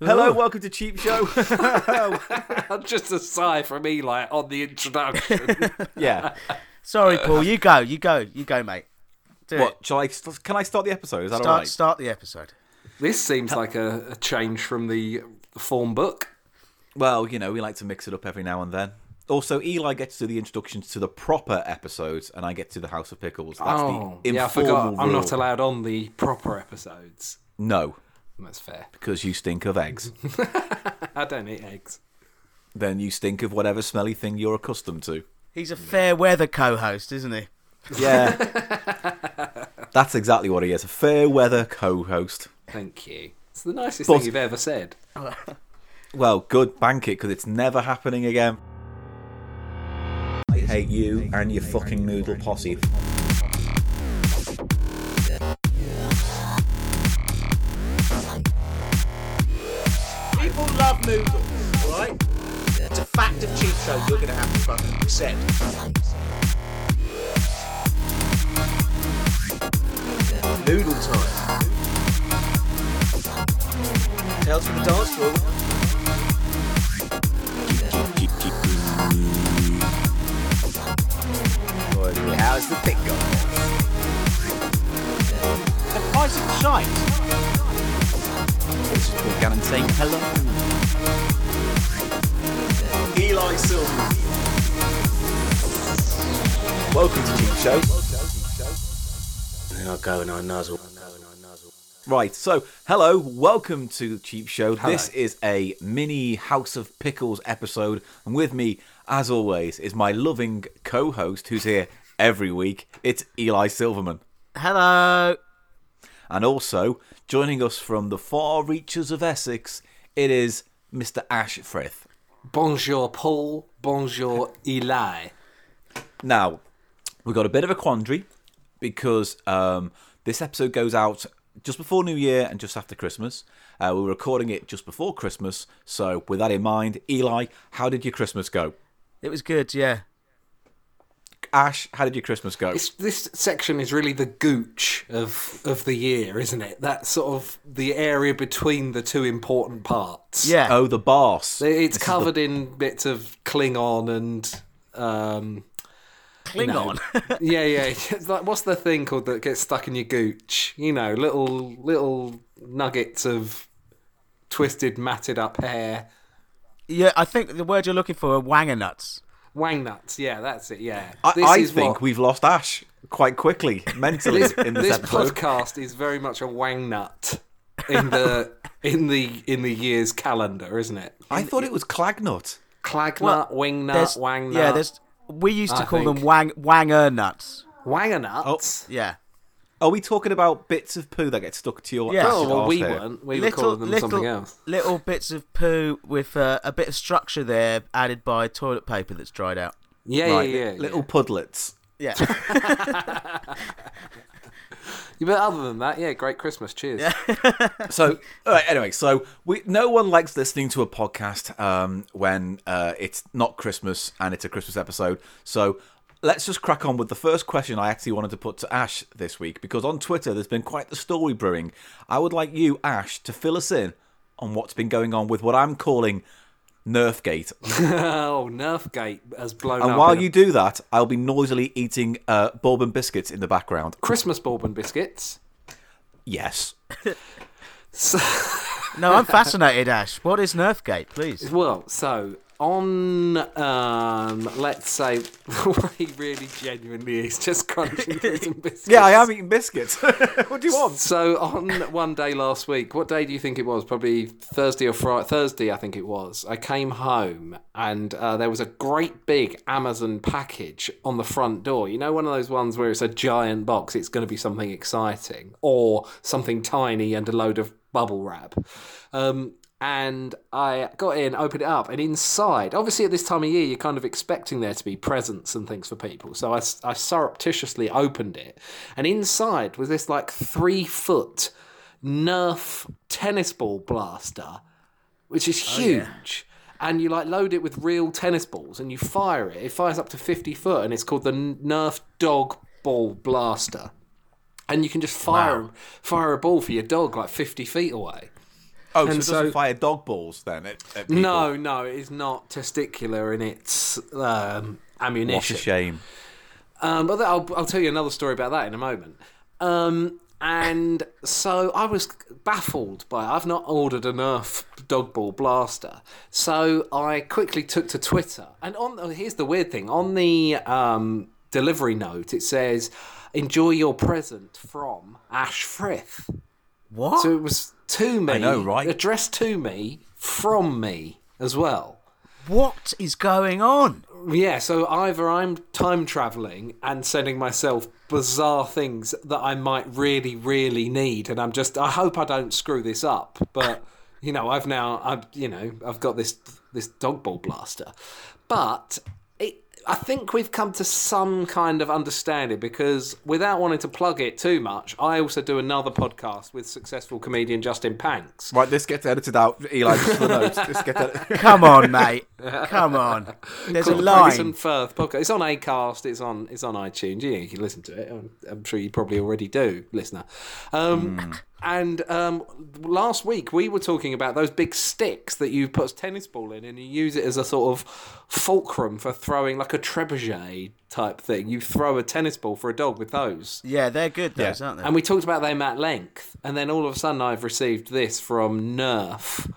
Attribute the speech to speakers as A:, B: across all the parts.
A: Hello, welcome to Cheap Show.
B: Just a sigh from Eli on the introduction.
A: yeah.
C: Sorry,
B: Uh,
C: Paul. You go. You go. You go, mate. Do it.
A: What? Shall I? st- Can I start the episode? Is that
C: Start.
A: all right?
C: Start the episode.
B: this seems like a, a change from the form book.
A: Well, you know, we like to mix it up every now and then. Also, Eli gets to do the introductions to the proper episodes, and I get to the House of Pickles. That's
B: oh,
A: the informal
B: yeah, I forgot.
A: Rule.
B: I'm not allowed on the proper episodes.
A: No,
B: That's fair.
A: because you stink of eggs.
B: I don't eat eggs.
A: then you stink of whatever smelly thing you're accustomed to.
C: He's a fair weather co-host, isn't he?
A: Yeah. That's exactly what he is. A fair weather co host.
B: Thank you. It's the nicest
A: But-
B: thing you've ever said.
A: Well, good, bank it, because it's never happening again. I hate you and your fucking noodle posse.
D: People love noodles, all right? It's a fact of cheap show you're going to have to fucking accept. Noodle time. Tales from the dance floor. How's the pick going? The price of shite.
A: This is Paul Gannon saying hello.
D: Eli Silver.
A: Welcome to Cheap Show.
D: Then I go and I nuzzle.
A: Right, so hello, welcome to Cheap Show. This is a mini House of Pickles episode, and with me, as always, is my loving co host who's here every week. It's Eli Silverman.
C: Hello.
A: And also, joining us from the far reaches of Essex, it is Mr. Ash Frith.
B: Bonjour, Paul. Bonjour, Eli.
A: Now, we've got a bit of a quandary because um, this episode goes out just before New Year and just after Christmas. Uh, we were recording it just before Christmas, so with that in mind, Eli, how did your Christmas go?
C: It was good. Yeah.
A: Ash, how did your Christmas go?
B: It's, this section is really the gooch of of the year, isn't it? That's sort of the area between the two important parts.
C: Yeah.
A: Oh, the boss.
B: It's covered in bits of Klingon and um,
C: Klingon.
B: yeah, yeah. It's like what's the thing called that gets stuck in your gooch? You know, little little nuggets of twisted, matted up hair.
C: yeah. I think the word you're looking for are wangernuts.
B: Wang nuts. Yeah, that's it. Yeah.
A: I, I
B: is
A: think
B: what-
A: we've lost Ash quite quickly mentally
B: this,
A: in this,
B: this
A: episode.
B: podcast is very much a wang nut in the in the in the year's calendar, isn't it?
A: I thought it was Clagnut.
B: Clagnut,
C: Well,
B: wing nut,
C: There's-
B: wang nut.
C: Yeah. There's. We used to
B: I
C: call them
B: think.
C: wang wanger nuts.
B: wanger
A: Oh,
B: nuts.
C: Yeah.
A: Are we talking about bits of poo that get stuck to your?
C: Yeah.
A: ass
B: Oh, well,
A: arse
B: we
A: hair?
B: weren't. We were calling them something else.
C: little bits of poo with uh, a bit of structure there added by toilet paper that's dried out.
B: Yeah,
A: Right,
B: yeah, yeah.
A: little pudlets.
C: Yeah.
B: yeah. But other than that, yeah, great Christmas. Cheers.
A: So, all right, anyway, so we no one likes listening to a podcast um, when uh, it's not Christmas and it's a Christmas episode. So let's just crack on with the first question I actually wanted to put to Ash this week because on Twitter there's been quite the story brewing. I would like you, Ash, to fill us in on what's been going on with what I'm calling Nerfgate.
B: Oh, Nerfgate has blown up.
A: And while
B: in a-
A: you do that, I'll be noisily eating uh, bourbon biscuits in the background.
B: Christmas bourbon biscuits.
A: Yes.
C: No, I'm fascinated, Ash. What is Nerfgate, please?
B: Well, so on, um, let's say, he really genuinely is just crunching through some biscuits.
A: Yeah, I am eating biscuits. what do you want?
B: So on one day last week, what day do you think it was? Probably Thursday or Friday. Thursday, I think it was. I came home and uh, there was a great big Amazon package on the front door. You know, one of those ones where it's a giant box. It's going to be something exciting or something tiny and a load of bubble wrap. Um, and I got in, opened it up, and inside, obviously at this time of year, you're kind of expecting there to be presents and things for people. So I, I surreptitiously opened it, and inside was this like three foot Nerf tennis ball blaster, which is huge. And you like load it with real tennis balls and you fire it. It fires up to 50 foot and it's called the Nerf Dog Ball Blaster. And you can just fire, fire a ball for your dog like 50 feet away.
A: Oh, so
B: And
A: it doesn't
B: so-
A: fire dog balls then? At, at people?
B: No, no, it is not testicular in its um,
A: What a
B: ammunition.
A: shame.
B: Um, but I'll, I'll tell you another story about that in a moment. Um, and so I was baffled by I've not ordered an Nerf dog ball blaster, so I quickly took to Twitter. And on the, here's the weird thing on the um, delivery note it says, "Enjoy your present from Ash Frith."
C: What?
B: So it was to me,
A: know, right?
B: Addressed to me from me as well.
C: what is going on?
B: Yeah, so either I'm time traveling and sending myself bizarre things that I might really, really need, and I'm just I hope I don't screw this up. But you know, I've now I've you know I've got this this dog ball blaster, but it, I think we've come to some kind of understanding because without wanting to plug it too much, I also do another podcast with successful comedian Justin Panks.
A: Right, this gets edited out, Eli. Just for the notes. This gets edited.
C: Come on, mate. Come on. There's a
B: called Praise
C: line.
B: and Firth podcast. It's on Acast. It's on. It's on iTunes. Yeah, you can listen to it. I'm, I'm sure you probably already do, listener. Um, And um, last week we were talking about those big sticks that you put a tennis ball in, and you use it as a sort of fulcrum for throwing, like a trebuchet type thing. You throw a tennis ball for a dog with those.
C: Yeah, they're good those, aren't they?
B: And we talked about them at length, and then all of a sudden I've received this from Nerf.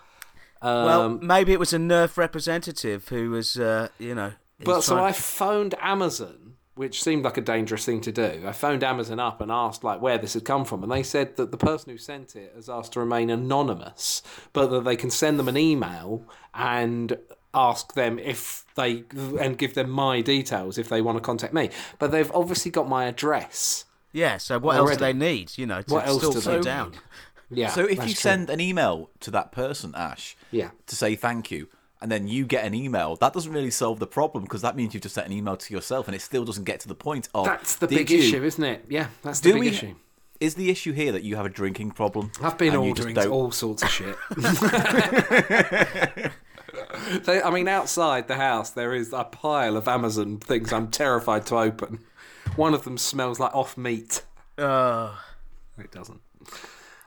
C: well,
B: Um,
C: maybe it was a Nerf representative who was, uh, you know. he
B: But
C: was
B: so
C: trying-
B: I phoned Amazon, which seemed like a dangerous thing to do. I phoned Amazon up and asked like where this had come from, and they said that the person who sent it has asked to remain anonymous, but that they can send them an email and ask them if they and give them my details if they want to contact me. But they've obviously got my address.
C: Yeah, so what else do they need, you know, to
B: What else
C: still
B: do
C: slow
B: they
C: down?
B: need? Yeah.
A: So if
B: that's
A: you
B: true.
A: send an email to that person, Ash,
B: Yeah.
A: to say thank you, and then you get an email, that doesn't really solve the problem because that means you've just sent an email to yourself, and it still doesn't get to the point of.
B: that's the
A: did
B: big
A: you-
B: issue, isn't it? Yeah, that's the
A: Do
B: big
A: we?
B: issue.
A: Is the issue here that you have a drinking problem?
B: I've been
A: and you just
B: ordering
A: don't-
B: all sorts of shit. they, I mean, outside the house, there is a pile of Amazon things I'm terrified to open. One of them smells like off meat.
C: Uh,
B: It doesn't.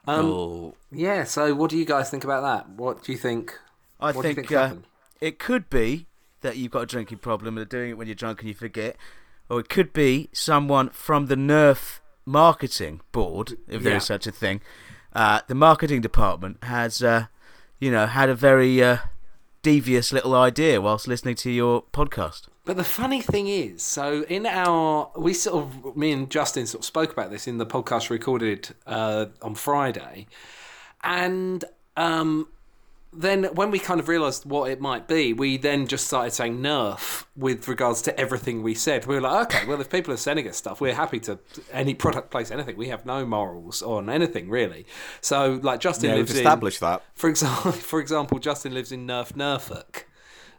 B: Um,
A: Oh.
B: Yeah, so what do you guys think about that? What do you think?
C: I
B: What do you
C: think,
B: think
C: uh,
B: happened?
C: it could be that you've got a drinking problem and are doing it when you're drunk and you forget, or it could be someone from the Nerf marketing board, if there
B: Yeah.
C: is such a thing. Uh, the marketing department has, uh, you know, had a very uh, devious little idea whilst listening to your podcast.
B: But the funny thing is, so in our we sort of me and Justin sort of spoke about this in the podcast recorded uh, on Friday, and um, then when we kind of realised what it might be, we then just started saying Nerf with regards to everything we said. We were like, okay, well if people are sending us stuff, we're happy to any product place anything. We have no morals on anything really. So like Justin
A: Yeah, we've
B: lives in-
A: established that.
B: for example, for example, Justin lives in Nerf Norfolk,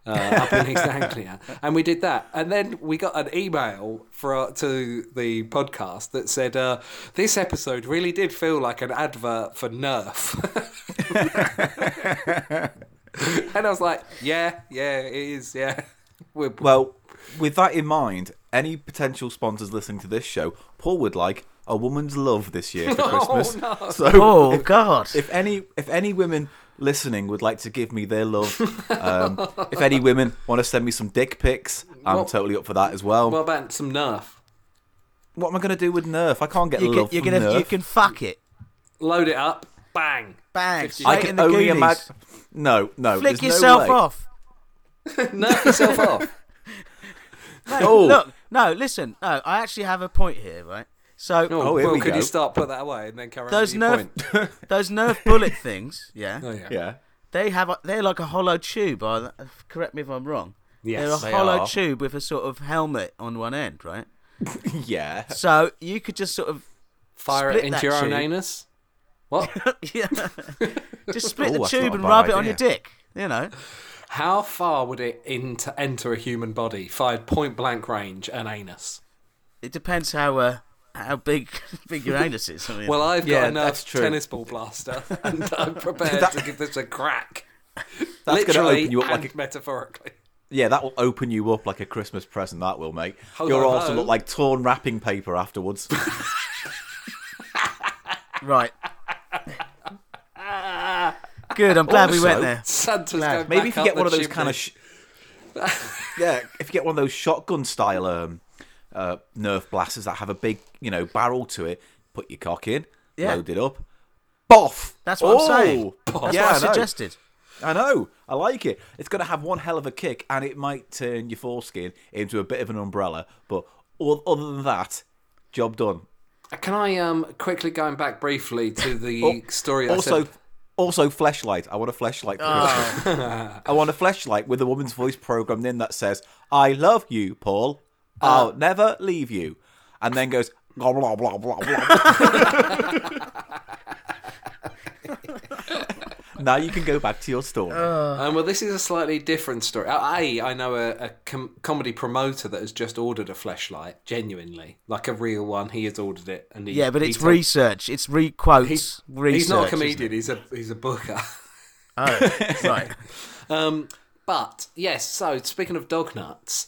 B: uh, up in East Anglia, and we did that. And then we got an email for our, to the podcast that said, uh, "This episode really did feel like an advert for Nerf." and I was like, "Yeah, yeah, it is. Yeah, we're,
A: Well, with that in mind, any potential sponsors listening to this show, Paul would like a woman's love this year for Christmas.
B: no.
A: So
C: Oh, God.
A: if any if any women listening would like to give me their love, um, if any women want to send me some dick pics, I'm
B: Well-
A: totally up for that as well.
B: what about some Nerf?
A: what am I going to do with Nerf? I can't get
C: you
A: love
C: can, you're
A: from
C: gonna,
A: Nerf.
C: you can fuck it.
B: Load it up, bang."
C: Bang.
A: I
C: straight in
A: can
C: the
A: only
C: Goonies.
A: imagine. No, no.
C: Flick
A: there's no
C: yourself
A: way.
C: off.
B: Nerf yourself off.
A: Oh,
C: Look, no, listen, no, I actually have a point here, right? So
A: Oh, here
B: well,
A: we
B: could
A: go.
B: you start put that away and then carry on
C: those
B: with your
C: nerf,
B: point?
C: those nerf bullet things, yeah,
B: Oh, yeah.
A: yeah.
C: they have, a, they're like a hollow tube. I, correct me if I'm wrong.
B: Yes,
C: they're
A: they
C: a hollow
A: are.
C: tube with a sort of helmet on one end, right?
A: Yeah.
C: So you could just sort of,
B: Fire
C: Split
B: it into
C: that
B: your own
C: tube.
B: anus. What?
C: yeah, just split
A: Oh,
C: the
A: that's
C: tube
A: not a
C: and
A: bad
C: rub it on your
A: idea.
C: dick. You know,
B: How far would it into enter a human body? Fired point blank range, an anus.
C: it depends how uh, how big big your anus is. I mean,
B: Well, I've
A: Yeah,
B: got a
A: that's
B: Nerf
A: true.
B: tennis ball blaster, and I'm prepared to give this a crack.
A: That's going to
B: Literally
A: open you up
B: and
A: like a,
B: metaphorically.
A: yeah. That will open you up like a Christmas present. That will, mate.
B: Hold
A: You'll
B: on,
A: also
B: hello.
A: look like torn wrapping paper afterwards.
C: right. Good. I'm glad we
A: Also-
C: went there.
B: Santa's going
A: Maybe
B: back
A: if you
B: up
A: get one of
B: the
A: those kind
B: chimney.
A: of, sh- yeah, if you get one of those shotgun style um, uh, Nerf blasters that have a big, you know, barrel to it, put your cock in,
C: Yeah.
A: load it up, boff.
C: That's what I'm saying.
A: Oh,
C: That's
A: yeah,
C: what I
A: know.
C: suggested.
A: I know. I like it. It's going to have one hell of a kick, and it might turn your foreskin into a bit of an umbrella. But o- other than that, job done.
B: Can I um quickly going back briefly to the
C: Oh,
B: story? I
A: Also,
B: said,
A: also fleshlight. I want a fleshlight. for Christmas.
B: Ah.
A: I want a fleshlight with a woman's voice programmed in that says, "I love you, Paul. I'll
B: Ah.
A: never leave you," and then goes. Blah, blah, blah, blah, blah. now you can go back to your story.
B: um, well, this is a slightly different story. Uh, A, I know a, a com- comedy promoter that has just ordered a fleshlight, genuinely, like a real one. He has ordered it, and he,
C: Yeah, but
B: he
C: it's
B: told-
C: research. It's re quotes.
B: He's,
C: research.
B: he's not a
C: isn't it?
B: comedian. He's a he's a booker.
C: Oh, right.
B: Um, but yes, so speaking of dog nuts,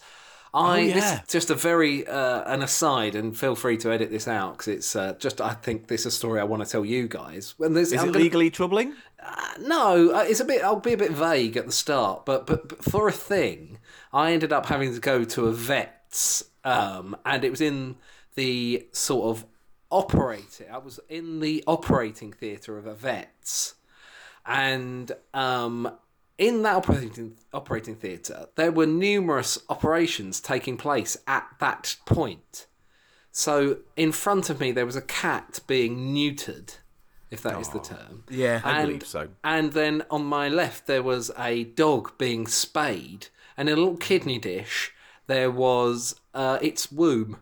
B: I
A: Oh,
B: this
A: yeah.
B: is just a very uh, an aside, and feel free to edit this out because it's uh, just I think this is a story I want to tell you guys. When there's
A: Is
B: I'm
A: it
B: gonna-
A: legally troubling?
B: No, uh, it's a bit. I'll be a bit vague at the start, but but, but for a thing, I ended up having to go to a vet's, um, and it was in the sort of operating. I was in the operating theatre of a vet's, and um, in that operating operating theatre, there were numerous operations taking place at that point. So in front of me, there was a cat being neutered, if that is the term.
C: Yeah.
A: I
B: And-
A: believe so.
B: And then on my left, there was a dog being spayed, and in a little kidney dish, there was uh, its womb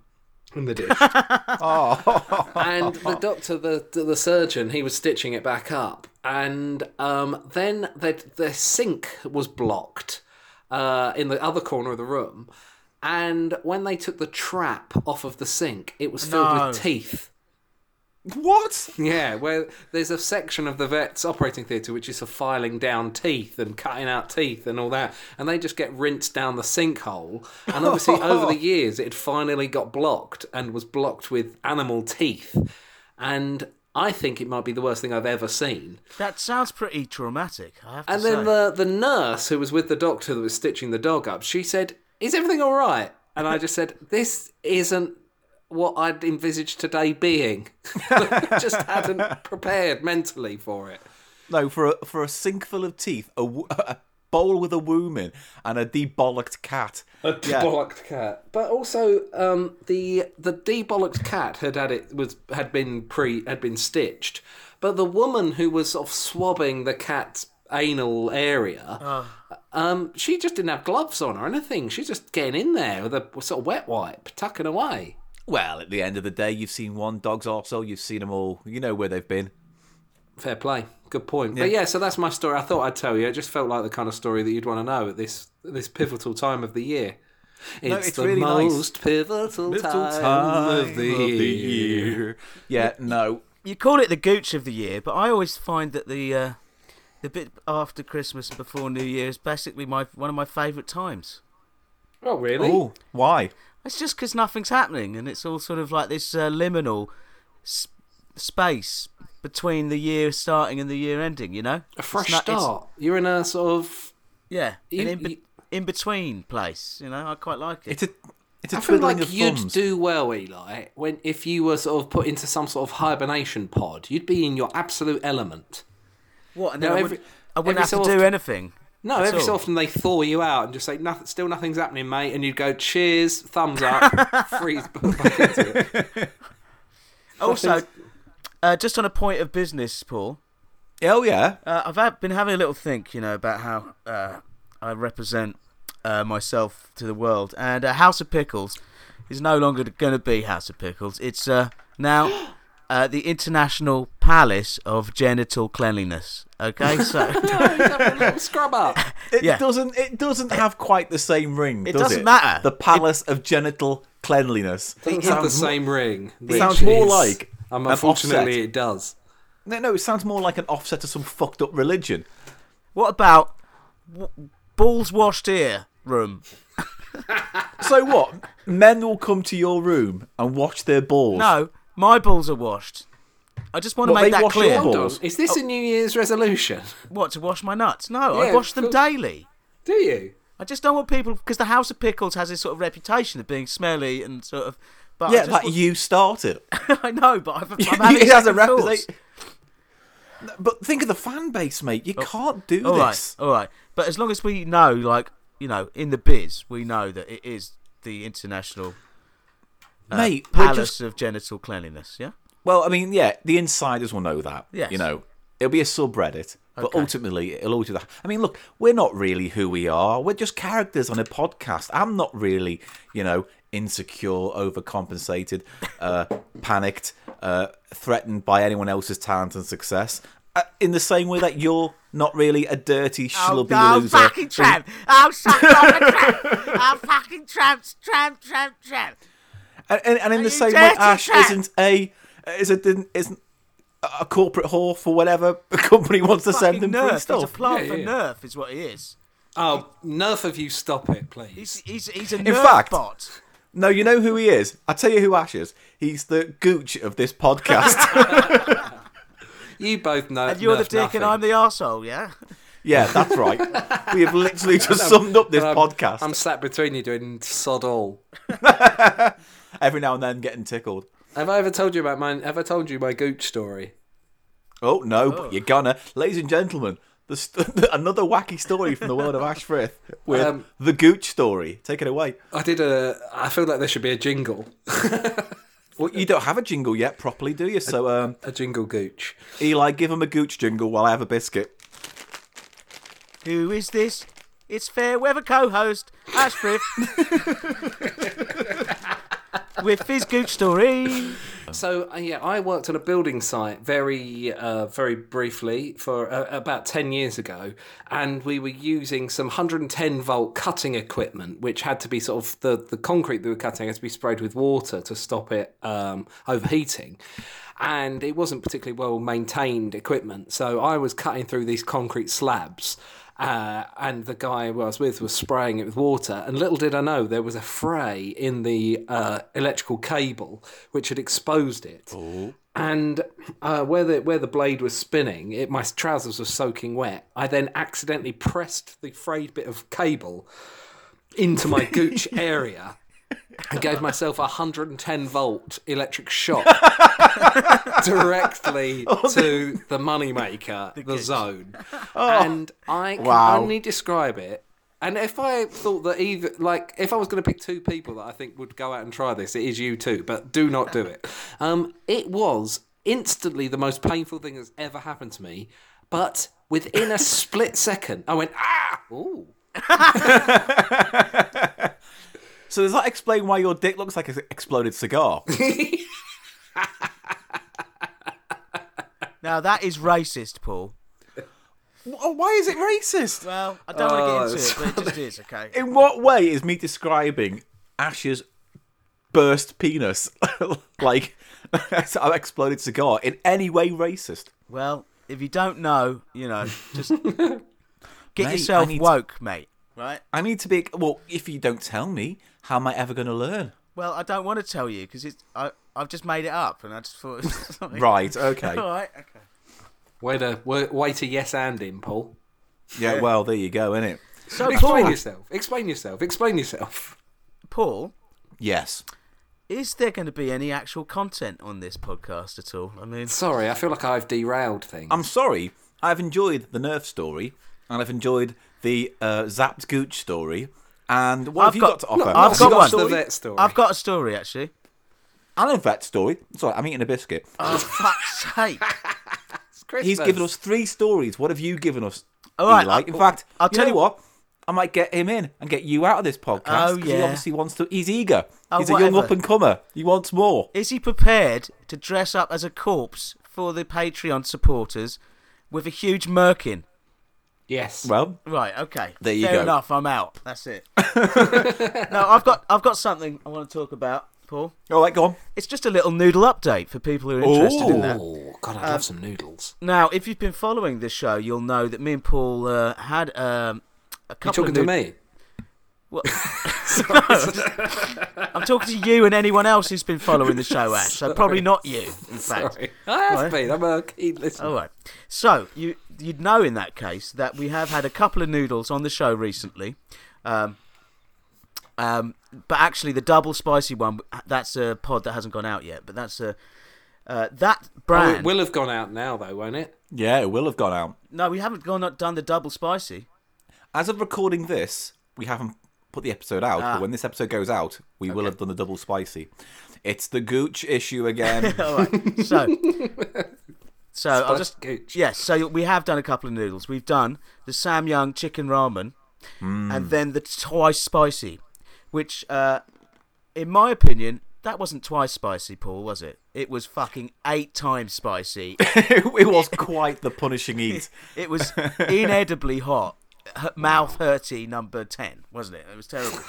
B: in the dish. and the doctor, the, the the surgeon, he was stitching it back up, and um, then the the sink was blocked uh, in the other corner of the room, and when they took the trap off of the sink, it was filled
C: No.
B: with teeth.
A: What?
B: Yeah, where there's a section of the vet's operating theatre which is for filing down teeth and cutting out teeth and all that, and they just get rinsed down the sinkhole. And obviously, over the years, it finally got blocked and was blocked with animal teeth. And I think it might be the worst thing I've ever seen.
C: That sounds pretty traumatic. I have to
B: And
C: say.
B: then the, the nurse who was with the doctor that was stitching the dog up, she said, Is everything all right? And I just said, This isn't what I'd envisaged today being. just hadn't prepared mentally for it.
A: No, for a, for a sink full of teeth, a, wo- a bowl with a womb in, and a debollocked cat. Yeah.
B: Bollocked cat. But also, um, the the debollocked cat had had it was had been pre had been stitched, but the woman who was sort of swabbing the cat's anal area, um, she just didn't have gloves on or anything. She's just getting in there with a sort of wet wipe, tucking away.
A: Well, at the end of the day, you've seen one dog's arsehole, you've seen them all. You know where they've been.
B: Fair play. Good point. But yeah, so that's my story. I thought I'd tell you. It just felt like the kind of story that you'd want to know at this this pivotal time of the year. It's,
A: it's
B: the
A: really nice.
B: most pivotal time, of the year.
A: Yeah, no.
C: you call it the gooch of the year, but I always find that the uh, the bit after Christmas and before New Year is basically my one of my favourite times.
B: Oh, really?
A: Oh, why?
C: It's just because nothing's happening, and it's all sort of like this uh, liminal s- space between the year starting and the year ending. You know,
B: A fresh
C: not- it's-
B: start. You're in a sort of.
C: yeah,
B: You-
C: an in,
B: you-
C: in between place. You know, I quite like it.
A: It's a it's a
B: I feel
A: twiddling
B: like
A: of
B: you'd
A: thumbs.
B: do well, Eli, when if you were sort of put into some sort of hibernation pod, you'd be in your absolute element.
C: what? And then
B: no,
C: I,
B: every-
C: would, I wouldn't
B: every
C: have
B: so
C: to do
B: often-
C: anything.
B: No,
C: at
B: every so
C: all.
B: often they thaw you out and just say, nothing, still nothing's happening, mate, and you'd go, cheers, thumbs up, freeze, put back into it.
C: Also, uh, just on a point of business, Paul.
A: Oh yeah.
C: Uh, I've had, been having a little think, you know, about how uh, I represent uh, myself to the world, and uh, House of Pickles is no longer going to be House of Pickles. It's uh, now uh, the International Palace of Genital Cleanliness. Okay, so
B: Scrub up.
A: It
C: yeah.
A: doesn't it doesn't have quite the same ring.
C: It
A: does
C: doesn't matter.
A: The palace of genital cleanliness.
B: Doesn't have the same ring. which
A: sounds more
B: is-
A: like
B: Um,
A: an
B: unfortunately,
A: offset.
B: it does.
A: No, no, it sounds more like an offset to some fucked up religion.
C: what about w- balls washed here room?
A: So what? Men will come to your room and watch their balls.
C: No, my balls are washed. I just want to
A: What,
C: make
A: they
C: that
A: wash your
C: clear.
A: balls?
B: Hold on, is this a New Year's resolution?
C: What to wash my nuts? No, I
B: Yeah,
C: wash them
B: cool.
C: daily.
B: Do you?
C: I just don't want people because the House of Pickles has this sort of reputation of being smelly and sort of. But I
A: Yeah,
C: just
A: like
C: want-
A: you started.
C: I know, but I've, I'm having
A: it has a
C: second thoughts.
A: reputation. But think of the fan base, mate. You can't do
C: Oh, All right,
A: this.
C: all right. But as long as we know, like you know, in the biz, we know that it is the international uh,
A: mate, we're
C: palace
A: just
C: of genital cleanliness. Yeah.
A: Well, I mean, yeah, the insiders will know that.
C: Yes.
A: You know, it'll be a subreddit, but ultimately it'll always be that. I mean, look, we're not really who we are. We're just characters on a podcast. I'm not really, you know, insecure, overcompensated, uh, panicked, uh, threatened by anyone else's talent and success. Uh, in the same way that you're not really a dirty, schlubby loser.
C: Oh, fucking tramp! Oh, I'm sucking off a tramp! I'm fucking tramps, tramp, tramp, tramp.
A: And, and, and in the
C: you
A: same way,
C: dirty
A: Ash
C: tramp?
A: isn't a isn't an- isn't a corporate whore for whatever a company wants to send
C: Fucking
A: them free
C: nerf. He's a
A: stuff.
C: plant
B: Yeah,
C: for
B: yeah.
C: nerf, is what he is.
B: Oh, enough of you. Stop it, please.
C: He's he's he's a nerf
A: fact-
C: bot.
A: No, you know who he is. I tell you who Ash is. He's the gooch of this podcast.
B: You both know.
C: And you're the
B: nerf
C: dick,
B: nothing.
C: and I'm the arsehole, Yeah.
A: yeah, that's right. We have literally just summed up this
B: I'm-
A: podcast.
B: I'm sat between you doing sod all.
A: Every now and then, getting tickled.
B: Have I ever told you about my? Have I told you my gooch story?
A: Oh no, but you're gonna, ladies and gentlemen. The st- another wacky story from the world of Ash Frith with
B: Um,
A: the gooch story. Take it away.
B: I did a. I feel like there should be a jingle,
A: Well, you don't have a jingle yet properly, do you? So, um,
B: a jingle gooch.
A: Eli, give him a gooch jingle while I have a biscuit.
C: Who is this? It's fair weather co-host Ash Frith. With his gooch story.
B: So uh, yeah, I worked on a building site very, uh, very briefly for uh, about ten years ago, and we were using some 110 volt cutting equipment, which had to be sort of the the concrete that we were cutting had to be sprayed with water to stop it um, overheating, and it wasn't particularly well maintained equipment. So I was cutting through these concrete slabs. Uh, and the guy who I was with was spraying it with water. And little did I know there was a fray in the uh, electrical cable which had exposed it. And uh, where the where the blade was spinning, it, my trousers were soaking wet. I then accidentally pressed the frayed bit of cable into my gooch area. and gave myself a 110 volt electric shock directly to Oh, the moneymaker, the, Oh. zone. and I can
A: Wow.
B: only describe it. And if I thought that either, like, if I was going to pick two people that I think would go out and try this, it is you two, but do not do it. Um, it was instantly the most painful thing that's ever happened to me. But within a split second, I went, ah, ooh.
A: So does that explain why your dick looks like an exploded cigar?
C: Now that is racist, Paul.
A: Wh- why is it racist?
C: Well, I don't want to get into
A: Oh,
C: it, but it just is, okay?
A: In what way is me describing Ash's burst penis like as an exploded cigar in any way racist?
C: Well, if you don't know, you know, just get
A: I
C: yourself
A: need to-
C: woke, mate. Right?
A: I need to be well. If you don't tell me, how am I ever going to learn?
C: Well, I don't want to tell you because it's I I've just made it up and I just thought. it's something-
A: Right. Okay.
C: All right. Okay.
B: Way to, way, way to yes and in, Paul.
A: Yeah. Well, there you go. Innit?
C: So
B: Explain
C: Paul,
B: yourself. Explain yourself. Explain yourself.
C: Paul,
A: Yes.
C: is there going to be any actual content on this podcast at all? I mean,
B: Sorry, I feel like I've derailed things.
C: Um,
A: I'm sorry. I've enjoyed the Nerf story, and I've enjoyed the uh, Zapped Gooch story. And what have you got, to offer?
C: Look, I've
A: Have you
C: got one.
B: the
A: story?
B: vet story.
C: I've got a story actually.
A: And a vet story. Sorry, I'm eating a biscuit.
C: Oh, fuck's sake!
A: He's given us three stories. What have you given us? All
C: right,
A: right. Eli? In
C: I-
A: fact,
C: I'll
A: I'll
C: tell
A: tell
C: you-
A: you what. I might get him in and get you out of this podcast.
C: Oh,
A: 'cause
C: yeah.
A: He obviously wants to. He's eager.
C: Oh,
A: he's a young
C: whatever.
A: up and comer. He wants more.
C: Is he prepared to dress up as a corpse for the Patreon supporters with a huge merkin?
B: Yes.
A: Well,
C: Right. Okay.
A: There you
C: Fair
A: go.
C: enough. I'm out. That's it. no, I've got I've got something I want to talk about, Paul.
A: all right, go on.
C: It's just a little noodle update for people who are interested in that. Uh,
B: Oh, God, I'd love some noodles.
C: Now, if you've been following this show, you'll know that me and Paul uh, had um, a
B: You're
C: couple
B: talking
C: of
B: to
C: nood-
B: me?
C: What? I'm talking to you and anyone else who's been following the show, Ash. So probably not you, in fact.
B: Sorry. I have
C: Right. Oh,
B: been. I'm a keen listener.
C: All right. So you you'd know in that case that we have had a couple of noodles on the show recently, um, um, but actually the double spicy one that's a pod that hasn't gone out yet. But that's a uh, that
B: Oh,
C: brand.
B: it will have gone out now, though, won't it?
A: Yeah, it will have gone out.
C: No, we haven't gone not done the double spicy.
A: As of recording this, we haven't put the episode out,
C: Ah.
A: but when this episode goes out, we will have done the double spicy. It's the gooch issue again.
C: All right. So. So I'll just
B: Gooch.
C: yes. So we have done a couple of noodles. We've done the Samyang chicken ramen,
A: Mm.
C: and then the twice spicy, which, uh, in my opinion, that wasn't twice spicy, Paul, was it? It was fucking eight times spicy.
A: it was quite the punishing eat.
C: it was inedibly hot, H- mouth hurty number ten, wasn't it? It was terrible.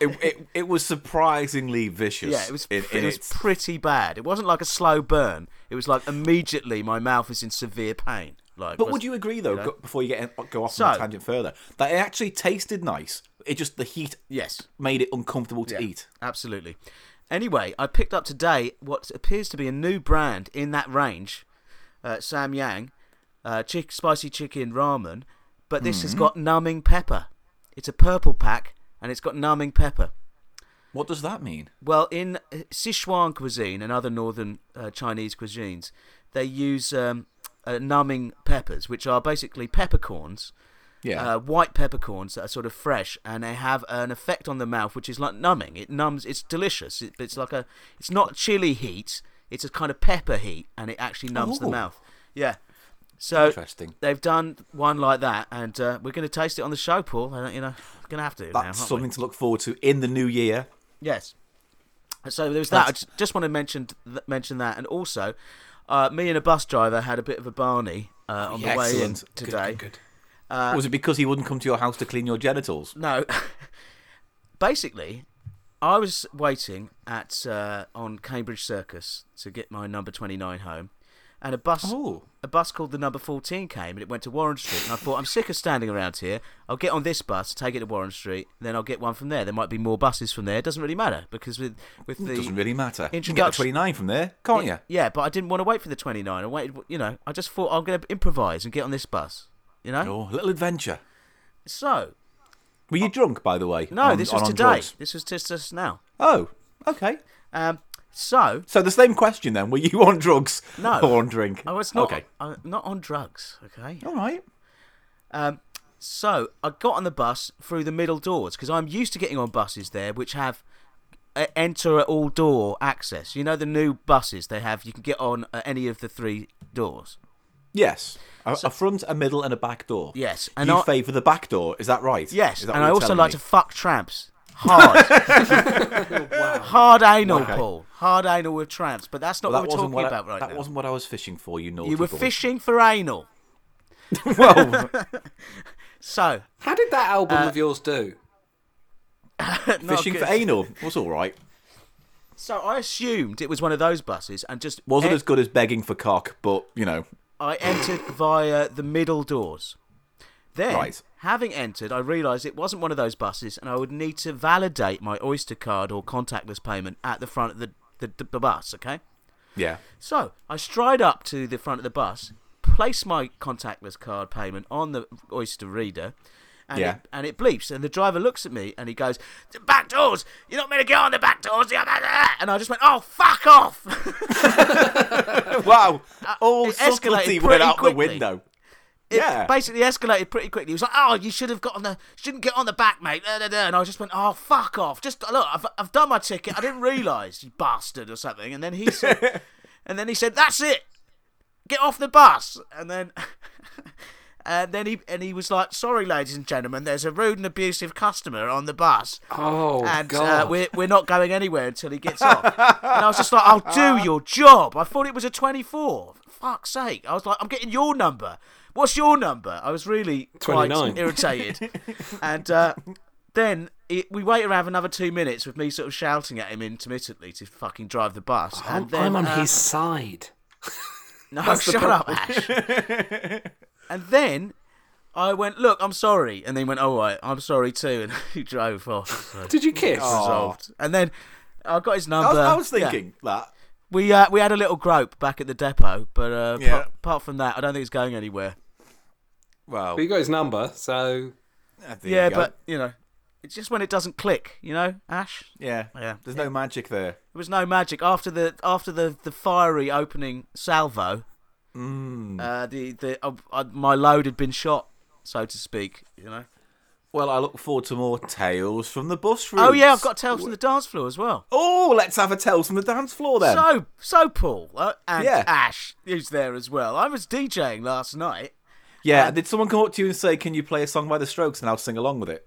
A: It, it, it was surprisingly vicious.
C: Yeah, it was.
A: in- in
C: it was
A: its-
C: pretty bad. It wasn't like a slow burn. It was like immediately my mouth is in severe pain. Like,
A: But would you agree though, go- before you get go off on a
C: So-
A: tangent further, that it actually tasted nice? It just the heat
C: Yes.
A: made it uncomfortable to eat.
C: Absolutely. Anyway, I picked up today what appears to be a new brand in that range, uh, Sam Yang, uh, chick, spicy chicken ramen, but this has got numbing pepper. It's a purple pack, and it's got numbing pepper.
A: What does that mean?
C: Well, in uh, Sichuan cuisine and other northern uh, Chinese cuisines, they use um, uh, numbing peppers, which are basically peppercorns,
A: Yeah,
C: uh, white peppercorns that are sort of fresh, and they have an effect on the mouth which is like numbing. It numbs. It's delicious. It, it's like a. It's not chili heat. It's a kind of pepper heat, and it actually numbs the
A: Ooh.
C: mouth. Yeah. So
A: Interesting.
C: They've done one like that, and uh, we're going to taste it on the show, Paul. I don't, you know, gonna have to. now, aren't
A: that's
C: we?
A: something to look forward to in the new year.
C: Yes. So there was that. I just, just want to mention th- mention that, and also, uh, me and a bus driver had a bit of a Barney uh, on the way
A: Excellent.
C: in today.
B: Good.
C: Uh,
A: was it because he wouldn't come to your house to clean your genitals?
C: No, basically, I was waiting at uh, on Cambridge Circus to get my number twenty nine home, and a bus
A: Oh.
C: a bus called the number fourteen came, and it went to Warren Street. And I thought, I'm sick of standing around here. I'll get on this bus, take it to Warren Street, then I'll get one from there. There might be more buses from there. It doesn't really matter because with with the
A: Doesn't really matter. You can get the
C: Introduction-
A: 29 from there, can't you?
C: Yeah, but I didn't want to wait for the 29. I waited, you know, I just thought I'm going to improvise and get on this bus, you know?
A: Oh, little adventure.
C: So,
A: Were you drunk, by the way?
C: Oh. no,
A: On-
C: this
A: on- on
C: was today.
A: drugs?
C: This was just us now.
A: Oh, okay.
C: Um, so,
A: So the same question then: Were you on drugs
C: No.
A: or on drink?
C: I was Oh, not,
A: Okay.
C: I'm not on drugs, okay?
A: All right.
C: Um, so, I got on the bus through the middle doors because I'm used to getting on buses there which have uh, enter at all door access. You know, the new buses they have, you can get on at any of the three doors.
A: Yes. A, a front, a middle, and a back door.
C: Yes, and
A: you
C: I-
A: favour the back door. Is that right?
C: Yes,
A: Is that
C: and
A: what
C: I
A: you're
C: also
A: telling
C: like
A: me?
C: to fuck tramps hard. Hard anal,
A: Okay.
C: Paul. Hard anal with tramps, but that's not
A: Well, that
C: what we're
A: wasn't
C: talking
A: what I,
C: about right
A: that
C: now.
A: wasn't what I was fishing for. You know.
C: you were fishing for anal.
A: Well,
C: So,
B: How did that album
C: Uh,
B: of yours do?
C: no,
A: fishing for
C: good.
A: anal was all right.
C: So I assumed it was one of those buses and just
A: Wasn't
C: en-
A: as good as begging for cock, but you know,
C: I entered via the middle doors. Then,
A: Right.
C: having entered, I realised it wasn't one of those buses, and I would need to validate my Oyster card or contactless payment at the front of the, the, the, the bus. Okay.
A: yeah.
C: So I stride up to the front of the bus, place my contactless card payment on the Oyster reader, and,
A: Yeah.
C: it, and it bleeps. And the driver looks at me and he goes, "The back doors! You're not meant to get on the back doors! You're back there!" And I just went, oh, fuck off!
A: Wow. All
C: Uh, it escalated
A: subtlety went
C: pretty
A: out the
C: quickly.
A: window.
C: It
A: yeah.
C: basically escalated pretty quickly. He was like, oh, you should have got on the, shouldn't get on the back, mate. Da, da, da. And I just went, oh, fuck off. Just, look, I've, I've done my ticket. I didn't realise, you bastard or something. And then he said, and then he said, that's it. Get off the bus. And then... And then he and he was like, "Sorry, ladies and gentlemen, there's a rude and abusive customer on the bus,
B: Oh
C: and uh,
B: God!
C: we're we're not going anywhere until he gets off." and I was just like, "I'll do your job." I thought it was a twenty-four. Fuck's sake! I was like, "I'm getting your number. What's your number?" I was really quite
B: 29.
C: irritated, and uh, then. It, we wait around for another two minutes with me sort of shouting at him intermittently to fucking drive the bus.
B: I'm,
C: and then,
B: Oh, I'm on
C: uh,
B: his side.
C: no, shut up, Ash. and then I went, look, I'm sorry, and they went, all right, I'm sorry too, and he drove off. So
B: Did you kiss?
C: resolved. And then I got his
A: I
C: number.
A: was, I was
C: Yeah.
A: thinking that.
C: we uh, we had a little grope back at the depot, but uh,
A: Yeah.
C: apart, apart from that, I don't think it's going anywhere.
A: Well,
B: But you got his number, so
A: there you
C: yeah,
A: go.
C: but you know, it's just when it doesn't click, you know, Ash.
A: yeah,
C: Yeah.
A: There's no magic there.
C: There was no magic after the after the, the fiery opening salvo.
A: Mm.
C: Uh, the the uh, uh, my load had been shot, so to speak. You know.
A: Well, I look forward to more tales from the bus route.
C: Oh yeah, I've got tales from the dance floor as well.
A: Oh, let's have a tales from the dance floor then.
C: So so Paul uh, and
A: Yeah.
C: Ash who's there as well. I was DJing last night.
A: yeah. Did someone come up to you and say, "Can you play a song by the Strokes?" and I'll sing along with it?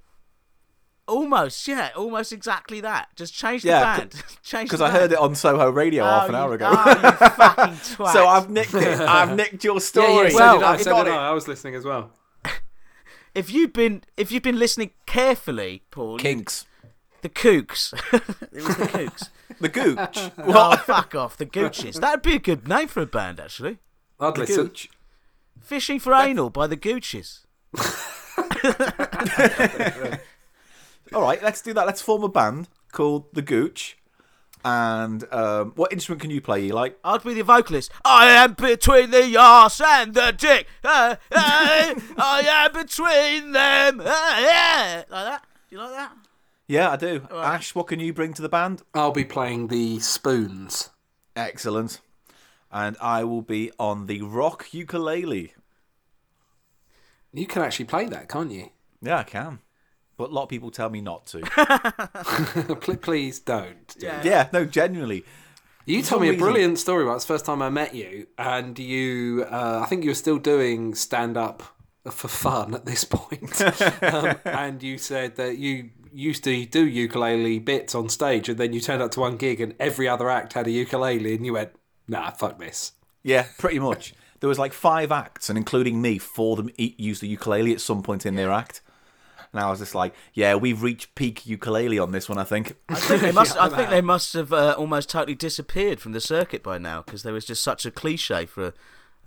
C: Almost, yeah, almost exactly that. Just change the
A: Yeah,
C: band. change
A: Because
C: the
A: I heard
C: band.
A: it on Soho Radio half an
C: Oh,
A: hour
C: you-
A: ago.
C: oh, you fucking twat.
A: so I've nicked it. I've nicked your
B: yeah,
A: story.
B: yeah, so
A: Well,
B: did I.
A: I've
B: So
A: got
B: did
A: it.
B: I. I was listening as well.
C: if you've been if you've been listening carefully, Paul, you-
A: Kinks.
C: the Kooks. it was the Kooks.
A: The Gooch.
C: oh, fuck off, the Gooches. That'd be a good name for a band, actually.
B: I'd listen.
A: Gooch.
C: Fishing for anal by the Gooches.
A: All right, let's do that. Let's form a band called The Gooch. And um, what instrument can you play, Eli?
C: I'd be the vocalist. I am between the arse and the dick. Uh, uh, I am between them. Uh, yeah. Like that. Do you like that?
A: Yeah, I do. Ash, what can you bring to the band?
B: I'll be playing the spoons.
A: Excellent. And I will be on the rock ukulele.
B: You can actually play that, can't you?
A: Yeah, I can. But a lot of people tell me not to.
B: Pl- Please don't. do
A: yeah, no, genuinely.
B: You told me a
A: reason-
B: brilliant story once, first time I met you, and you, uh, I think you were still doing stand up for fun at this point. um, and you said that you used to do ukulele bits on stage, and then you turned up to one gig, and every other act had a ukulele, and you went, nah, fuck this.
A: Yeah, pretty much. There was like five acts, and including me, four of them each used the ukulele at some point in their act. And I was just like, yeah, we've reached peak ukulele on this one, I think.
C: I think they must. I think they must have uh, almost totally disappeared from the circuit by now because there was just such a cliche for a,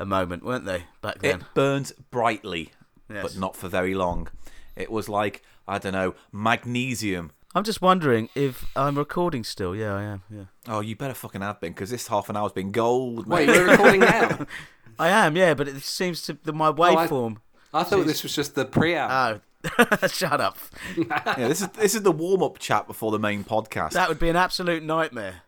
C: a moment, weren't they back then?
A: It burns brightly,
C: Yes.
A: but not for very long. It was like, I don't know, magnesium.
C: I'm just wondering if I'm recording still. Yeah, I am. Yeah,
A: Oh, you better fucking have been, because this half an hour's been gold.
B: Wait,
A: mate.
B: we're recording now.
C: I am. Yeah, but it seems to the, my
B: I-
C: waveform.
B: I thought this was just the preamble.
C: Oh, shut up!
A: yeah, this is this is the warm up chat before the main podcast.
C: That would be an absolute nightmare.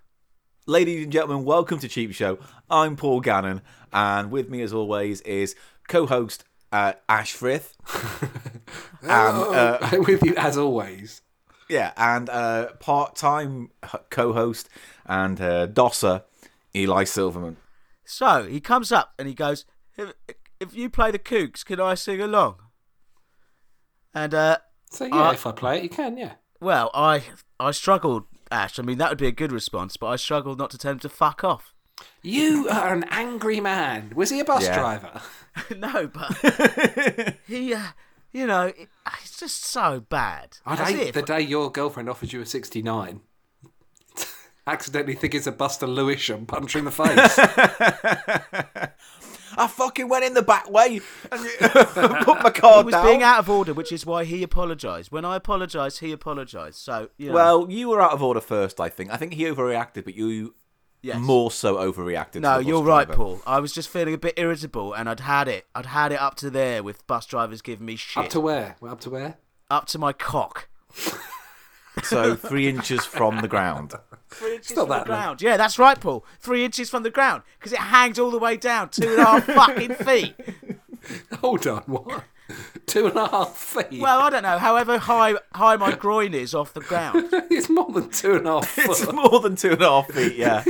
A: Ladies and gentlemen, welcome to Cheap Show. I'm Paul Gannon, and with me, as always, is co-host uh, Ash Frith. and uh,
B: With you, as always.
A: yeah, and uh, part-time h- co-host and uh, dosser Eli Silverman.
C: So he comes up and he goes, "If, if you play the Kooks, can I sing along?" And uh,
B: So, yeah,
C: Uh,
B: if I play it, you can, yeah.
C: Well, I I struggled, Ash. I mean, that would be a good response, but I struggled not to tell him to fuck off.
B: You are an angry man. Was he a bus
A: Yeah.
B: driver?
C: no, but he, uh, you know, it, uh, it's just so bad.
B: I'd
C: As
B: hate
C: if-
B: the day your girlfriend offers you a 69. Accidentally think it's a Buster Lewisham punch her in the face.
A: I fucking went in the back way and put my card
C: he was
A: down.
C: being out of order, which is why he apologised. When I apologised, he apologised. So, you know,
A: Well, you were out of order first, I think. I think he overreacted, but you
C: yes.
A: more so overreacted. to
C: No,
A: the bus
C: you're right,
A: driver.
C: Paul. I was just feeling a bit irritable, and I'd had it. I'd had it up to there with bus drivers giving me shit
B: Up to where? Well, Up to where?
C: Up to my cock.
A: So three inches from the ground.
C: Three inches
B: not
C: from the
B: that long.
C: ground. Yeah, that's right, Paul. Three inches from the ground because it hangs all the way down, two and a half fucking feet.
B: Hold on, what? Two and a half feet.
C: Well, I don't know. However high high my groin is off the ground.
B: it's more than two and a half
A: It's
B: foot.
A: more than two and a half feet. Yeah.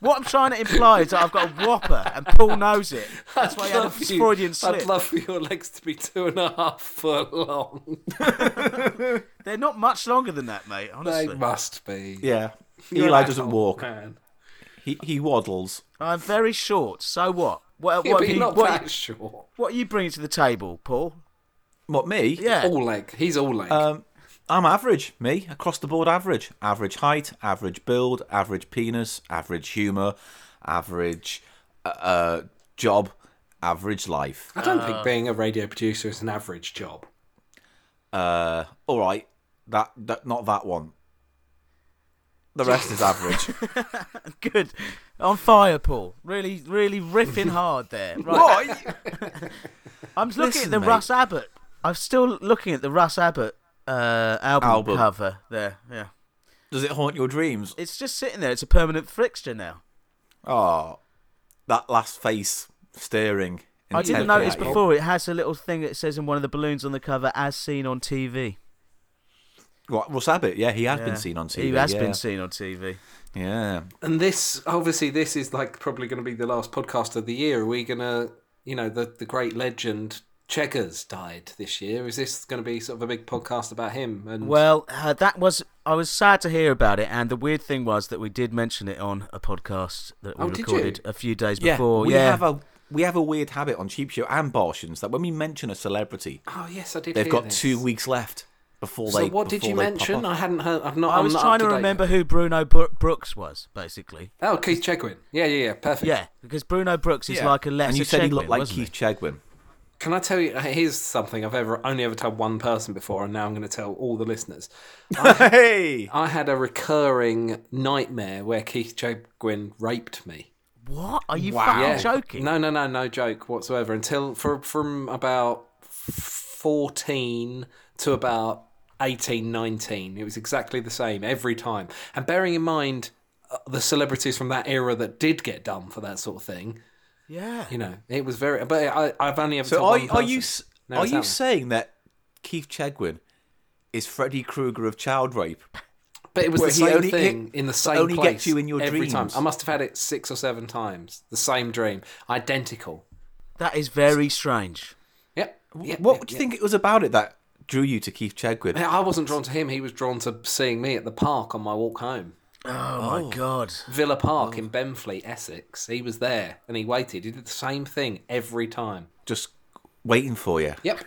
C: What I'm trying to imply is that I've got a whopper, and Paul knows it. That's why he had a
B: Love you.
C: Freudian
B: I'd
C: slip.
B: love for your legs to be two and a half foot long.
C: They're not much longer than that, mate.
B: They
C: Honestly,
B: must be.
A: Yeah.
B: You're
A: Eli
B: an
A: doesn't
B: asshole,
A: walk.
B: Man.
A: He he waddles.
C: I'm very short. So what? What,
B: Yeah, but
C: what, are
B: you're
C: you,
B: not
C: what,
B: that short.
C: what are you bringing to the table, Paul?
A: What me?
C: Yeah,
B: All leg. He's all leg.
A: Um, I'm average. Me across the board average. Average height. Average build. Average penis. Average humor. Average uh, uh, job. average life.
B: I don't
C: uh,
B: think being a radio producer is an average job.
A: Uh, all right, that, that not that one. The rest is average.
B: Oh.
C: Good. On fire, Paul. Really, really riffing hard there. Right.
A: right?
C: I'm just looking
A: Listen,
C: at the
A: mate.
C: Russ Abbott. I'm still looking at the Russ Abbott uh, album,
A: Album.
C: cover there. Yeah,
A: Does it haunt your dreams?
C: it's just sitting there. It's a permanent fixture now.
A: Oh, that last face staring.
C: I didn't
A: intently
C: notice
A: at you.
C: before. It has a little thing that says in one of the balloons on the cover, "As seen on TV."
A: What, Russ Abbott? Yeah, he has
C: Yeah.
A: been seen on TV.
C: He has
A: yeah.
C: been seen on TV.
A: Yeah.
B: And this, obviously, this is like probably going to be the last podcast of the year. Are we going to, you know, the, the great legend Checkers died this year? Is this going to be sort of a big podcast about him? And
C: Well, uh, that was. I was sad to hear about it, and the weird thing was that we did mention it on a podcast that we
B: Oh, did you?
C: recorded a few days
A: Yeah,
C: before.
A: we
C: yeah,
A: have a we have a weird habit on Cheap Show and Bartians that when we mention a celebrity,
B: oh yes, I did.
A: they've
B: hear
A: got
B: this.
A: two weeks left before
B: So
A: they.
B: what did
A: before
B: you
A: they pop
B: mention?
A: off.
B: I hadn't heard. I've not.
C: I
B: I'm
C: was
B: not
C: trying
B: up
C: to
B: date.
C: remember who Bruno Bro- Brooks was, basically.
B: Oh, Keith Chegwin. Yeah, yeah, yeah. Perfect.
C: Yeah, because Bruno Brooks is
A: Yeah.
C: like a lesser.
A: And you said he
C: Chegwin,
A: looked like
C: wasn't he?
A: Keith Chegwin.
B: Can I tell you? uh, Here's something I've ever only ever told one person before, and now I'm going to tell all the listeners.
A: Hey,
B: I had a recurring nightmare where Keith Chegwin raped me.
C: What? Are you fucking joking?
B: No, no, no, no joke whatsoever. Until for, from about 14 to about 18, 19, it was exactly the same every time. And bearing in mind uh, the celebrities from that era that did get done for that sort of thing,
C: Yeah.
B: you know, it was very. But I, I've only ever.
A: so
B: told
A: are,
B: one
A: are you
B: person.
A: s-
B: No,
A: are
B: it's
A: you
B: that one.
A: saying that Keith Chegwin is Freddy Krueger of child rape?
B: But it was
A: Where
B: the
A: he
B: same
A: only-
B: thing
A: he-
B: in the same
A: only
B: place
A: gets you in your
B: every time.
A: dreams.
B: I must have had it six or seven times. The same dream, identical.
C: That is very strange.
B: Yep. yep
A: what
B: yep,
A: do you
B: yep.
A: think it was about it that drew you to Keith Chegwin?
B: I wasn't drawn to him. He was drawn to seeing me at the park on my walk home.
C: Oh, my god.
B: Villa Park
A: Oh.
B: in Benfleet, Essex. He was there and he waited. He did the same thing every time.
A: Just waiting for you.
B: Yep.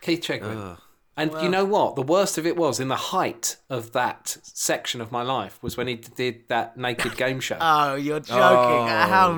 B: Keith Chegwin. and you know what? The worst of it was in the height of that section of my life was when he did that naked game show.
C: Oh, you're joking.
A: Oh.
C: How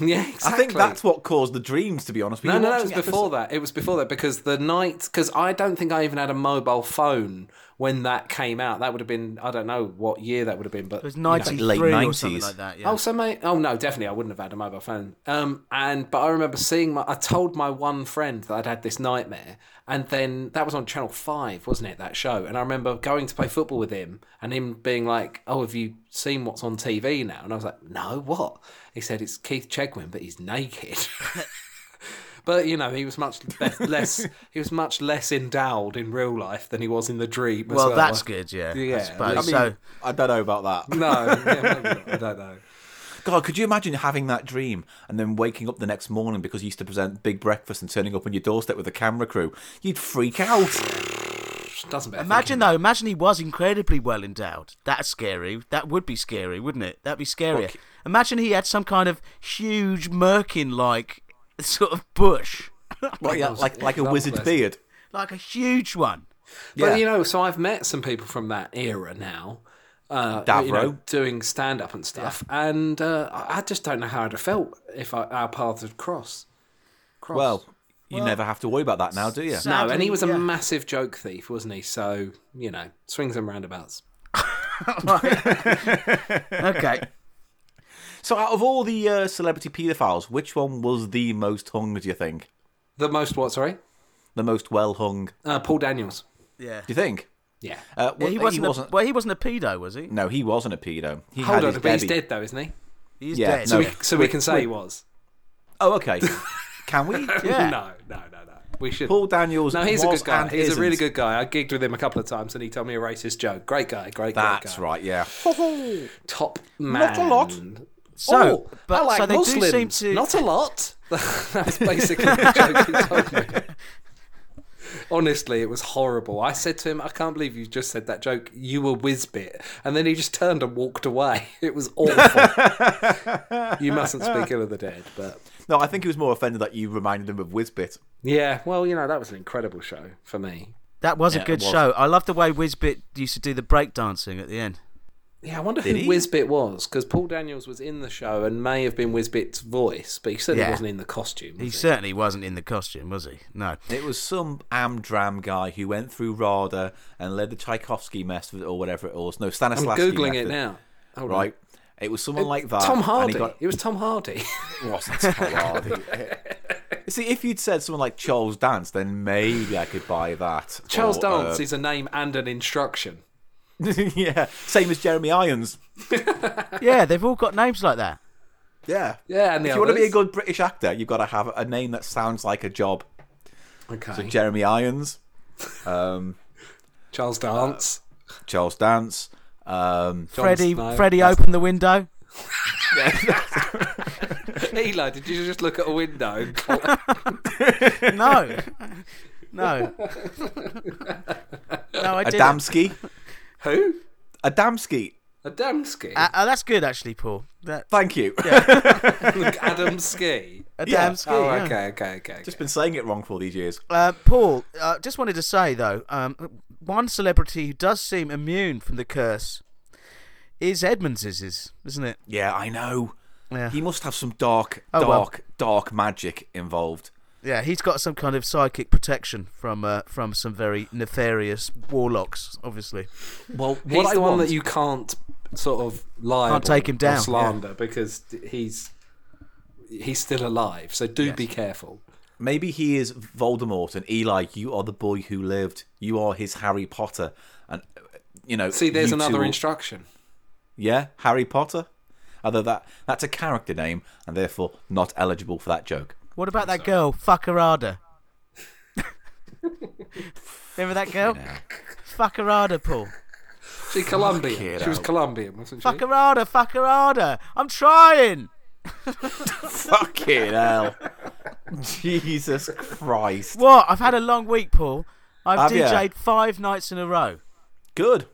B: yeah, exactly.
A: Uh, I think that's what caused the dreams. To be honest, Were
B: No,
A: you
B: no, no, it
A: watching
B: was before that. It was before that because the night, because I don't think I even had a mobile phone when that came out. That would have been, I don't know what year that would have been, but
C: It was
B: you know.
C: 93 or
A: 90s.
C: something like that, yeah.
B: Oh, so mate. Oh no, definitely, I wouldn't have had a mobile phone. Um, and but I remember seeing my. I told my one friend that I'd had this nightmare, and then that was on Channel Five, wasn't it? That show, and I remember going to play football with him, and him being like, "Oh, have you seen what's on TV now?" And I was like, "No, what?" He said, "It's Keith Chegwin, but he's naked." But you know he was much less, less he was much less endowed in real life than he was in the dream. as
C: well, that's good, yeah.
B: Yeah,
C: I
B: I
C: suppose.
A: I mean,
C: so,
A: I don't know about that.
B: No, yeah, maybe not, I don't know.
A: God, could you imagine having that dream and then waking up the next morning because you used to present Big Breakfast and turning up on your doorstep with a camera crew? You'd freak out.
B: Doesn't matter.
C: imagine though. Imagine he was incredibly well endowed. That's scary. That would be scary, wouldn't it? That'd be scarier. Imagine he had some kind of huge Merkin-like sort of bush,
A: Like, like, like a
B: Example
A: wizard's
B: there.
A: beard.
C: like a huge one.
A: Yeah.
B: But you know, so I've met some people from that era now. Uh,
A: Davro.
B: you know, doing stand up and stuff, and uh, I I just don't know how I'd have felt if I, our paths had crossed. Crossed.
A: well, you never have to worry about that now, do you?
C: so-
B: no, and
C: sadly,
B: he was a
C: yeah.
B: massive joke thief, wasn't he? So you know, swings and roundabouts.
C: Okay.
A: So, out of all the uh, celebrity paedophiles, which one was the most hung, do you think?
B: The most what? Sorry,
A: The most well hung, do
B: uh, Paul Daniels.
C: yeah.
A: you think?
B: Yeah.
A: Uh,
C: Yeah,
A: well,
C: he wasn't. a, Well, he wasn't a pedo, was he?
A: No, he wasn't a pedo. He
B: Hold
A: had
B: on,
A: his
B: but he's
A: bevy.
B: dead though, isn't he?
C: He's
A: Yeah,
C: dead.
A: no.
B: We- so we can say he was.
A: Oh, okay. Can we?
C: Yeah.
B: No, no, no, no. We should.
A: Paul Daniels.
B: no, he's a
A: was
B: good guy.
A: and
B: He's a really
A: isn't.
B: good guy. I gigged with him a couple of times, and he told me a racist joke. Great guy. Great. great
A: That's
B: guy.
A: right. Yeah.
B: Top man.
A: Not a lot. Oh,
C: So, but
B: Oh, I like
C: so they
B: Muslims.
C: do seem to.
B: Not a lot. that was basically the joke he told me. Honestly, it was horrible. I said to him, "I can't believe you just said that joke. You were whizbit," and then he just turned and walked away. It was awful. you mustn't speak ill of the dead, but
A: No, I think he was more offended that you reminded him of Whizbit.
B: yeah. Well, you know that was an incredible show for me.
C: That was
A: Yeah,
C: a
A: it
C: good
A: was.
C: show. I love the way Whizbit used to do the breakdancing at the end.
B: Yeah, I wonder
A: Did
B: who
A: he?
B: Wisbit was because Paul Daniels was in the show and may have been Wisbit's voice, but he certainly
C: Yeah.
B: wasn't in the costume.
C: He
B: was he?
C: certainly wasn't in the costume, was he? No.
A: It was some Amdram guy who went through RADA and led the Tchaikovsky method or whatever it was. No,
B: I'm
A: Stanislavski
B: googling
A: method,
B: it now. Hold on.
A: Right. It was someone like that.
B: Tom
A: and
B: Hardy.
A: he got-
B: It was Tom Hardy.
A: It wasn't Tom Hardy. See, if you'd said someone like Charles Dance, then maybe I could buy that.
B: Charles
A: Or,
B: Dance is a name and an instruction.
A: uh, yeah. Same as Jeremy Irons.
C: Yeah, they've all got names like that.
A: Yeah.
B: Yeah, and the
A: If you want to be a
B: others.
A: good British actor, you've got to have a name that sounds like a job.
B: Okay.
A: Jeremy Irons, um,
B: Charles Dance.
A: Charles Dance. Um,
B: John
C: Freddie,
B: Snow.
C: Freddie,
B: That's-
C: open the window.
A: Uh,
B: Eli, did you just look at a window? and call-
C: No, no, no. I didn't.
A: Adamski.
B: Who?
A: Adamski.
B: Adamski.
C: Uh, uh, that's good, actually, Paul. That
A: Thank you.
B: Adam Ski.
C: Adamski.
A: Yeah.
B: Oh,
C: yeah.
B: okay, okay, okay.
A: Just been saying it wrong for all these years.
C: Uh, Paul, uh, just wanted to say though, um, one celebrity who does seem immune from the curse is Edmonds's, is- isn't it?
A: Yeah, I know.
C: Yeah.
A: He must have some dark,
C: Oh, well.
A: dark, dark magic involved.
C: Yeah, he's got some kind of psychic protection from uh, from some very nefarious warlocks, obviously.
A: Well, what
B: He's
A: I
B: the one
A: want-
B: that you can't sort of lie.
C: Can't take him
B: or
C: down,
B: slander because he's he's still alive. So do be careful.
A: Maybe he is Voldemort, and Eli, you are the boy who lived. You are his Harry Potter, and uh, you know.
B: See, there's
A: you
B: another
A: two-
B: instruction.
A: Yeah, Harry Potter. Although that that's a character name, and therefore not eligible for that joke.
C: What about that girl, Fuckerada? Remember that girl? Fuckerada, Paul.
B: She Colombian. She was Colombian, wasn't she?
C: Fuckerada, Fuckerada. I'm trying.
A: Fucking hell! Jesus Christ!
C: What? I've had a long week, Paul. I've
A: Have ya?
C: DJ'd five nights in a row.
A: Good.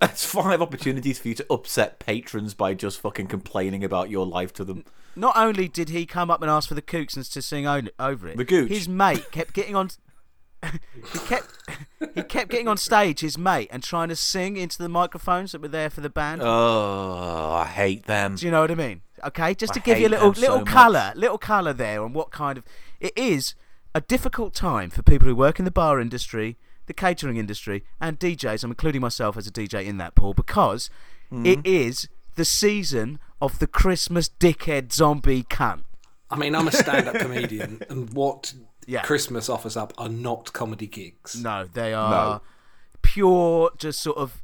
A: That's five opportunities for you to upset patrons by just fucking complaining about your life to them.
C: Not only did he come up and ask for the Kooksons to sing on, over it,
A: The Gooch.
C: his mate kept getting on. he kept he kept getting on stage, his mate, and trying to sing into the microphones that were there for the band.
A: Oh, I hate them.
C: Do you know what I mean? Okay, just to
A: I
C: give you a
A: hate
C: little
A: them
C: little
A: so
C: colour, little colour there on what kind of it is a difficult time for people who work in the bar industry, the catering industry, and DJs. I'm including myself as a DJ in that, Paul, because
A: Hmm.
C: it is the season of the Christmas dickhead zombie cunt.
B: I mean, I'm a stand-up comedian, and what
C: Yeah.
B: Christmas offers up are not comedy gigs.
C: No, they are pure, just sort of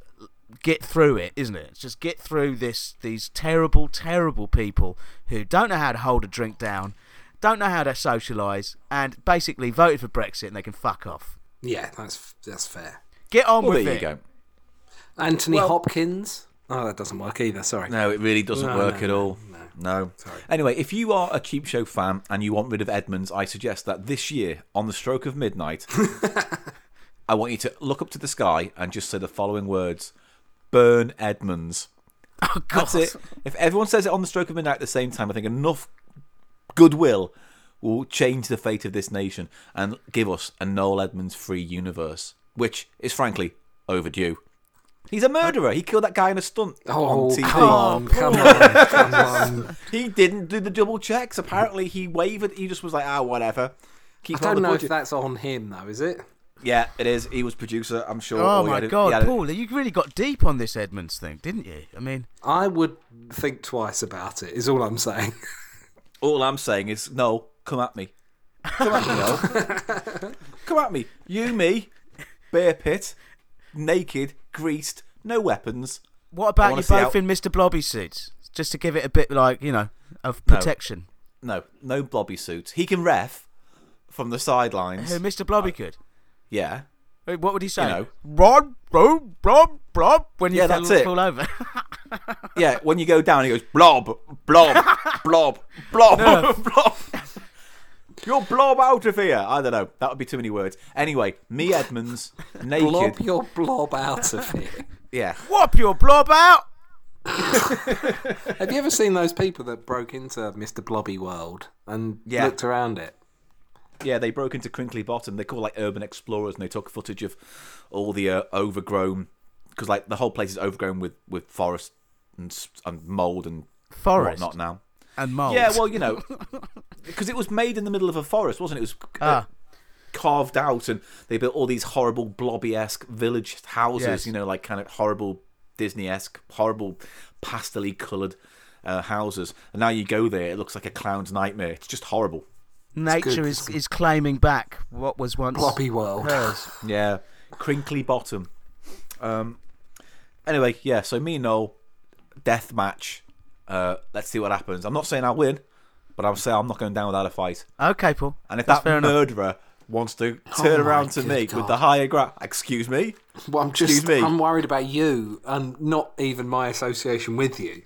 C: get through it, isn't it? It's Just get through this. These terrible, terrible people who don't know how to hold a drink down, don't know how to socialise, and basically voted for Brexit and they can fuck off.
B: Yeah, that's that's fair.
C: Get on
A: Well,
C: with
A: there you
C: it.
A: go.
B: Anthony Hopkins. Oh, that doesn't work either. Sorry.
A: No, it really doesn't
B: No,
A: work
B: no,
A: at
B: no,
A: all. No. Anyway, if you are a cheap show fan and you want rid of Edmonds, I suggest that this year, on the stroke of midnight, I want you to look up to the sky and just say the following words: "Burn Edmonds."
C: Oh, God.
A: That's it. If everyone says it on the stroke of midnight at the same time, I think enough goodwill will change the fate of this nation and give us a Noel Edmonds free universe, which is frankly overdue. He's a murderer. He killed that guy in a stunt
B: Oh,
A: on TV.
B: come on, come on, come on.
A: He didn't do the double checks. Apparently, he wavered. He just was like, ah, whatever.
B: I
A: Keep on the
B: don't know if
A: budget.
B: that's on him though, is it?
A: Yeah, it is. He was producer, I'm sure.
C: Oh
A: Or he
C: my
A: had a- he
C: God,
A: had a-
C: Paul! You really got deep on this Edmonds thing, didn't you? I mean,
B: I would think twice about it. Is all I'm saying.
A: All I'm saying is, no, come at me. Come at me, Noel. come at me. You, me, bear pit, naked, greased, no weapons.
C: what
A: I
C: about
A: wanna
C: you
A: see
C: both
A: how-
C: in Mr. Blobby suits? Just to give it a bit, like you know, of protection.
A: No, no blobby suits. He can ref from the sidelines.
C: Who Mr. Blobby could?
A: Yeah.
C: What would he say?
A: You know.
C: Rob, Rob, Rob, Rob. When you
A: Yeah,
C: fell,
A: that's it.
C: fall over.
A: Yeah, when you go down, he goes, blob, blob, blob, blob, blob. You're blob out of here. I don't know. That would be too many words. Anyway, me Edmonds, naked.
B: Blob your blob out of here.
A: Yeah.
C: Whop your blob out.
B: Have you ever seen those people that broke into Mr. Blobby World and
A: Yeah.
B: looked around it?
A: Yeah, they broke into Crinkly Bottom. They call like urban explorers, and they took footage of all the uh, overgrown because like the whole place is overgrown with with forest and s- and mold and
C: Forest?
A: whatnot now.
C: and mold.
A: Yeah, well, you know, because it was made in the middle of a forest, wasn't it? It was uh,
C: Ah.
A: carved out, and they built all these horrible blobby-esque village houses.
C: Yes.
A: You know, like kind of horrible Disney-esque, horrible pastely coloured uh, houses. And now you go there, it looks like a clown's nightmare. It's just horrible.
C: nature
B: good.
C: is is claiming back what was once
B: Floppy world.
C: hers.
A: Yeah, crinkly bottom. Um. Anyway, yeah. So me and Noel, death match. Uh, let's see what happens. I'm not saying I win, but I'm saying I'm not going down without a fight.
C: Okay, Paul.
A: And if
C: That's fair
A: that
C: enough.
A: murderer wants to turn
B: Oh my
A: around to
B: good
A: me with
B: God.
A: the higher ground, excuse me.
B: Well, I'm just
A: Excuse me.
B: I'm worried about you and not even my association with you.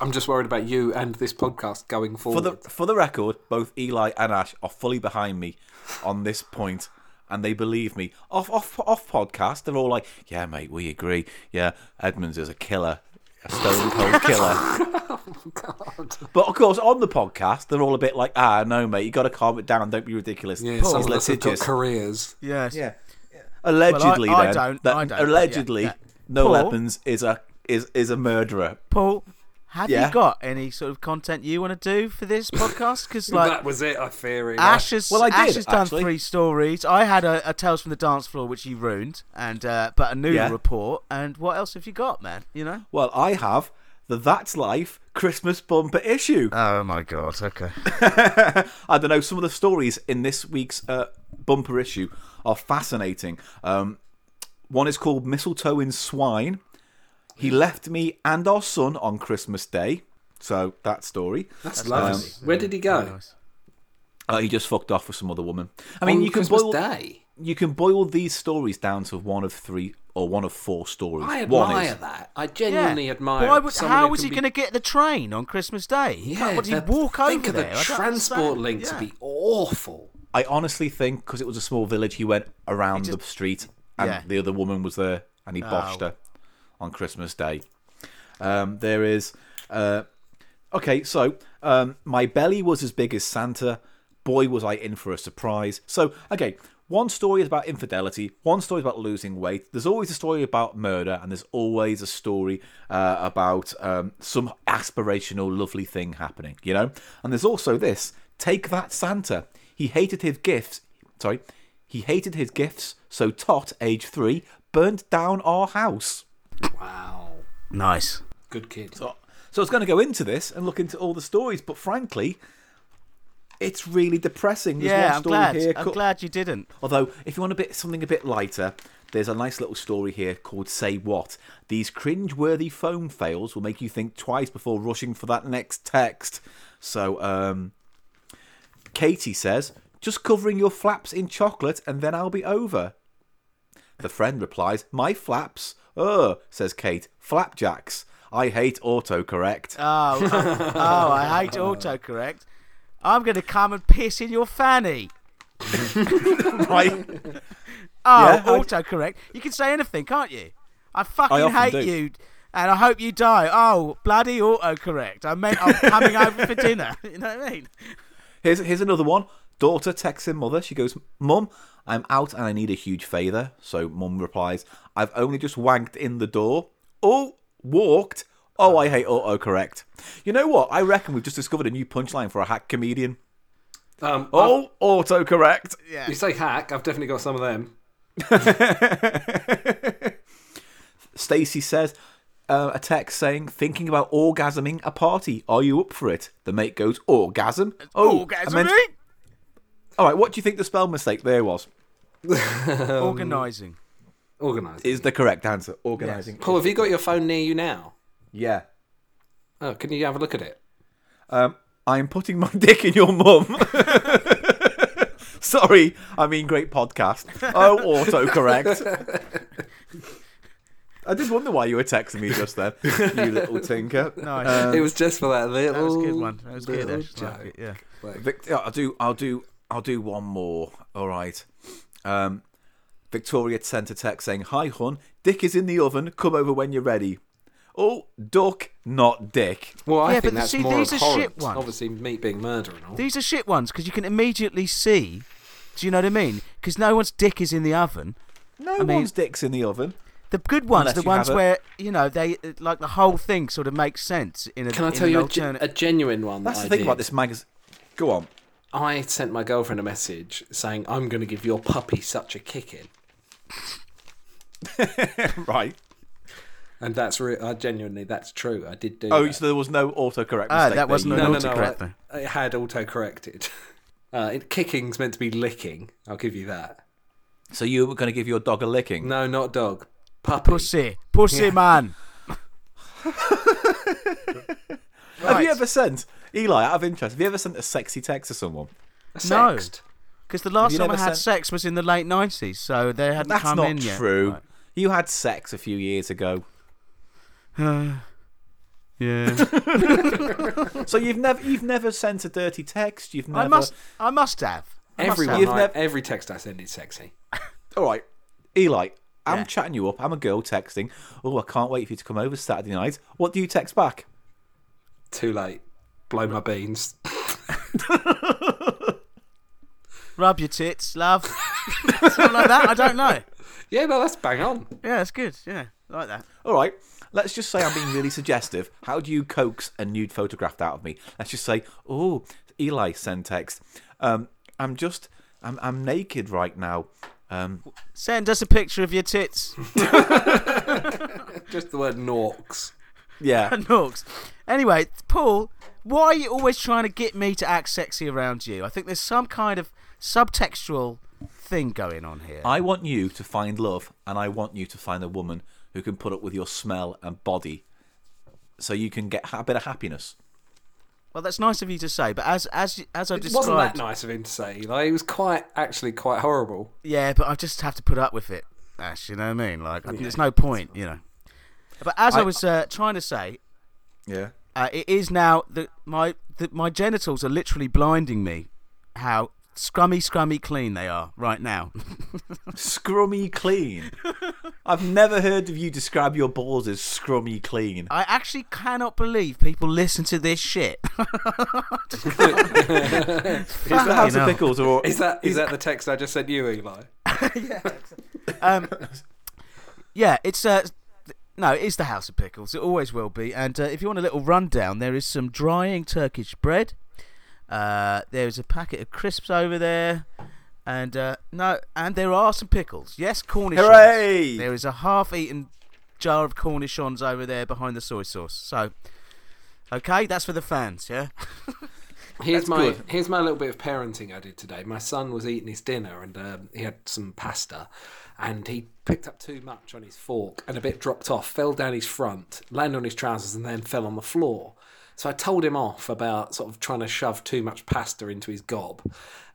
B: I'm just worried about you and this podcast going
A: For
B: forward.
A: the for the record, both Eli and Ash are fully behind me on this point, and they believe me. Off off off podcast, they're all like, "Yeah, mate, we agree. Yeah, Edmonds is a killer, a stone cold killer." But of course, on the podcast, they're all a bit like, "Ah, no, mate, you got to calm it down. Don't be ridiculous.
B: yeah, some
A: He's
B: of us have got
A: litigious."
B: careers.
C: Yes.
A: Yeah. Allegedly,
C: Well, I- I
A: then,
C: don't-
A: that-
C: I don't, but yeah,
A: allegedly,
C: yeah.
A: Noel
C: Paul?
A: Edmonds is a is is a murderer.
C: Paul, have
A: Yeah.
C: you got any sort of content you want to do for this podcast? Because like
B: that was it, I fear. Eli.
C: Ash has,
A: Well, I did,
C: Ash has done
A: actually.
C: three stories. I had a, a Tales from the Dance Floor, which you ruined, and uh, but a noodle
A: Yeah.
C: report. And what else have you got, man? You know?
A: Well, I have the That's Life Christmas bumper issue.
B: Uh,
C: Oh my god. Okay.
A: I don't know. Some of the stories in this week's uh, bumper issue are fascinating. Um, one is called Mistletoe in Swine. He
B: Hmm.
A: left me and our son on Christmas Day. So that story.
B: That's lovely. Where did he go?
A: Uh, he just fucked off with some other woman. I mean,
B: On
A: you can
B: Christmas
A: boil
B: Day.
A: you can boil these stories down to one of three or one of four stories.
B: I
A: one
B: admire
A: is
B: that. I genuinely admire.
C: Why would,
B: someone
C: how
B: who
C: was
B: can
C: he
B: be-
C: going to get the train on Christmas Day? He
B: Yeah,
C: can't- what, did he
B: the-
C: walk over
B: think
C: there?
B: of
C: I
B: the
C: don't
B: transport
C: understand.
B: link
C: Yeah.
B: to be awful.
A: I honestly think because it was a small village, he went around the street and
C: Yeah.
A: the other woman was there and he botched her on Christmas Day. Um, there is. Uh, okay, so um, my belly was as big as Santa. Boy, was I in for a surprise. So, okay, one story is about infidelity, one story is about losing weight. There's always a story about murder, and there's always a story uh, about um, some aspirational, lovely thing happening, you know? And there's also this take that Santa. He hated his gifts. Sorry. He hated his gifts, so Tot, age three, burnt down our house.
B: Wow,
C: Nice.
B: good kid.
A: So, so I was going to go into this and look into all the stories, but frankly, it's really depressing. There's
C: Yeah,
A: one
C: I'm
A: story
C: glad.
A: here.
C: I'm
A: co-
C: glad you didn't.
A: Although, if you want a bit something a bit lighter, there's a nice little story here called "Say What." These cringe-worthy phone fails will make you think twice before rushing for that next text. So, um, Katie says, "Just covering your flaps in chocolate, and then I'll be over." The friend replies, "My flaps." Ugh, says Kate. "Flapjacks." I hate autocorrect.
C: Oh, oh, oh, I hate autocorrect. I'm going to come and piss in your fanny.
A: right?
C: Oh,
A: Yeah, I-
C: autocorrect. You can say anything, can't you? I fucking
A: I often
C: hate
A: do.
C: you, and I hope you die. Oh, bloody autocorrect! I meant I'm coming over for dinner. You know what I mean?
A: Here's here's another one. Daughter texts her mother. She goes, "Mum, I'm out and I need a huge favour." So mum replies, "I've only just wanked in the door. Oh, walked. Oh, I hate autocorrect. You know what? I reckon we've just discovered a new punchline for a hack comedian.
B: Um,
A: Oh, autocorrect.
B: I- you say hack? I've definitely got some of them.
A: Stacy says uh, a text saying, "Thinking about orgasming a party. Are you up for it?" The mate goes, "Orgasm. Oh, I meant-
C: Organising.
A: all right. What do you think the spell mistake there was?
B: um,
C: Organising.
B: Organised.
A: Is the correct answer organising?
B: Paul, have you got your phone near you now?
A: Yeah.
B: Oh, can you have a look at it?
A: Um, I'm putting my dick in your mum. Sorry, I mean great podcast. Oh, autocorrect. I just wonder why you were texting me just then, you little tinker.
C: Nice.
B: it was just for that little.
C: Uh, that was a good one. That was good.
B: little
C: Ash. Like
B: joke.
C: it, yeah.
A: Vic- I'll do. I'll do. I'll do one more. All right. Um, Victoria sent a text saying, "Hi, hun. Dick is in the oven. Come over when you're ready." Oh, duck, not dick.
B: Well, I
C: Yeah,
B: think
C: but
B: that's
C: see,
B: more
C: these are shit
B: abhorrent.
C: ones.
B: Obviously, meat being murder and all.
C: These are shit ones because you can immediately see. Do you know what I mean? Because no one's dick is in the oven.
A: No
C: mean-
A: one's dick's in the oven.
C: The good ones,
A: Unless
C: the
A: you
C: ones
A: have it.
C: where you know they uh, like the whole thing sort of makes sense in a.
B: Can I
C: in
B: tell
C: an
B: you a, ge-
C: alternate-
B: a genuine one?
A: That's
B: that
A: the
B: I
A: thing
B: did?
A: about this magazine. Go on.
B: I sent my girlfriend a message saying, "I'm going to give your puppy such a kicking,"
A: Right.
B: and that's re- I genuinely that's true. I did do.
A: Oh,
B: that.
A: so there was no autocorrect mistake.
C: Ah, that
A: there.
C: wasn't
A: You-
C: an
B: no, no, no.
C: autocorrect
B: I-
C: though.
B: it had autocorrected. Uh, it, kicking's meant to be licking. I'll give you that.
A: So you were going to give your dog a licking.
B: No, not dog. Puppy.
C: Pussy, pussy man.
A: Have you ever sent Eli out of interest? Have you ever sent a sexy text to someone?
C: No.
B: Sexed.
C: Because the last
A: you
C: time I
A: never
C: had
A: sent-
C: sex was in the late nineties, so they hadn't
A: That's
C: come
A: not
C: in yet.
A: true.
C: Right.
A: You had sex a few years ago,
C: Yeah,
A: so you've never you've never sent a dirty text. You've never.
C: I must. I must have. I must
B: Everyone,
A: You've
B: I-
A: never-
B: every text I send is sexy.
A: All right, Eli. I'm
C: Yeah.
A: chatting you up. I'm a girl texting. Oh, I can't wait for you to come over Saturday night. What do you text back?
B: Too late. Blow my beans.
C: have. Rub your tits, love. Something like that. I don't know.
B: Yeah, no, that's bang on.
C: Yeah, that's good. Yeah, I like that.
A: All right. Let's just say I'm being really suggestive. How do you coax a nude photograph out of me? Let's just say, oh, Eli send text. Um, I'm just, I'm, I'm naked right now. Um,
C: Send us a picture of your tits.
B: Just the word norks.
A: yeah.
C: and hooks. Anyway, Paul, why are you always trying to get me to act sexy around you? I think there's some kind of subtextual thing going on here.
A: I want you to find love, and I want you to find a woman who can put up with your smell and body, so you can get a bit of happiness.
C: Well, that's nice of you to say, but as as as I
B: It
C: described,
B: wasn't that nice of him to say. Like, it was quite, actually, quite horrible.
C: yeah, but I just have to put up with it. Ash, you know what I mean? Like, I- there's no point, you know. But as I, was uh, trying to say,
A: Yeah.
C: uh, it is now that my the, my genitals are literally blinding me. How scrummy, scrummy clean they are right now.
A: Scrummy clean. I've never heard of you describe your balls as scrummy clean.
C: I actually cannot believe people listen to this shit.
A: Is the House
C: hell.
A: of Pickles or
B: Is that is that the text I just sent you, Eli?
C: Yeah, it's uh, no, it is the House of Pickles. It always will be. And uh, if you want a little rundown, there is some drying Turkish bread. Uh, there is a packet of crisps over there, and uh, no, and there are some pickles. Yes, cornichons.
A: Hooray!
C: There is a half-eaten jar of cornichons over there behind the soy sauce. So, okay, that's for the fans. Yeah.
B: Here's my
A: good.
B: here's my little bit of parenting I did today. My son was eating his dinner and um, he had some pasta, and he picked up too much on his fork and a bit dropped off, fell down his front, landed on his trousers, and then fell on the floor. So I told him off about sort of trying to shove too much pasta into his gob,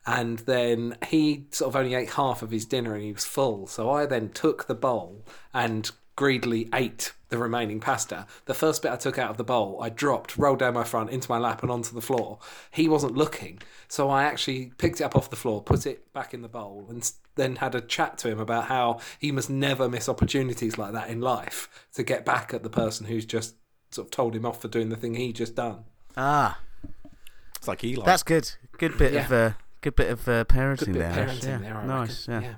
B: and then he sort of only ate half of his dinner and he was full. So I then took the bowl and greedily ate the remaining pasta. The first bit I took out of the bowl, I dropped, rolled down my front, into my lap, and onto the floor. He wasn't looking, so I actually picked it up off the floor, put it back in the bowl, and s- then had a chat to him about how he must never miss opportunities like that in life to get back at the person who's just sort of told him off for doing the thing he just done.
C: Ah,
A: It's like Eli.
C: that's good. Good bit of uh, good bit of uh, parenting
B: Good bit
C: there.
B: of
C: Ash.
B: parenting
C: yeah.
B: there, I
C: nice.
B: reckon.
C: yeah.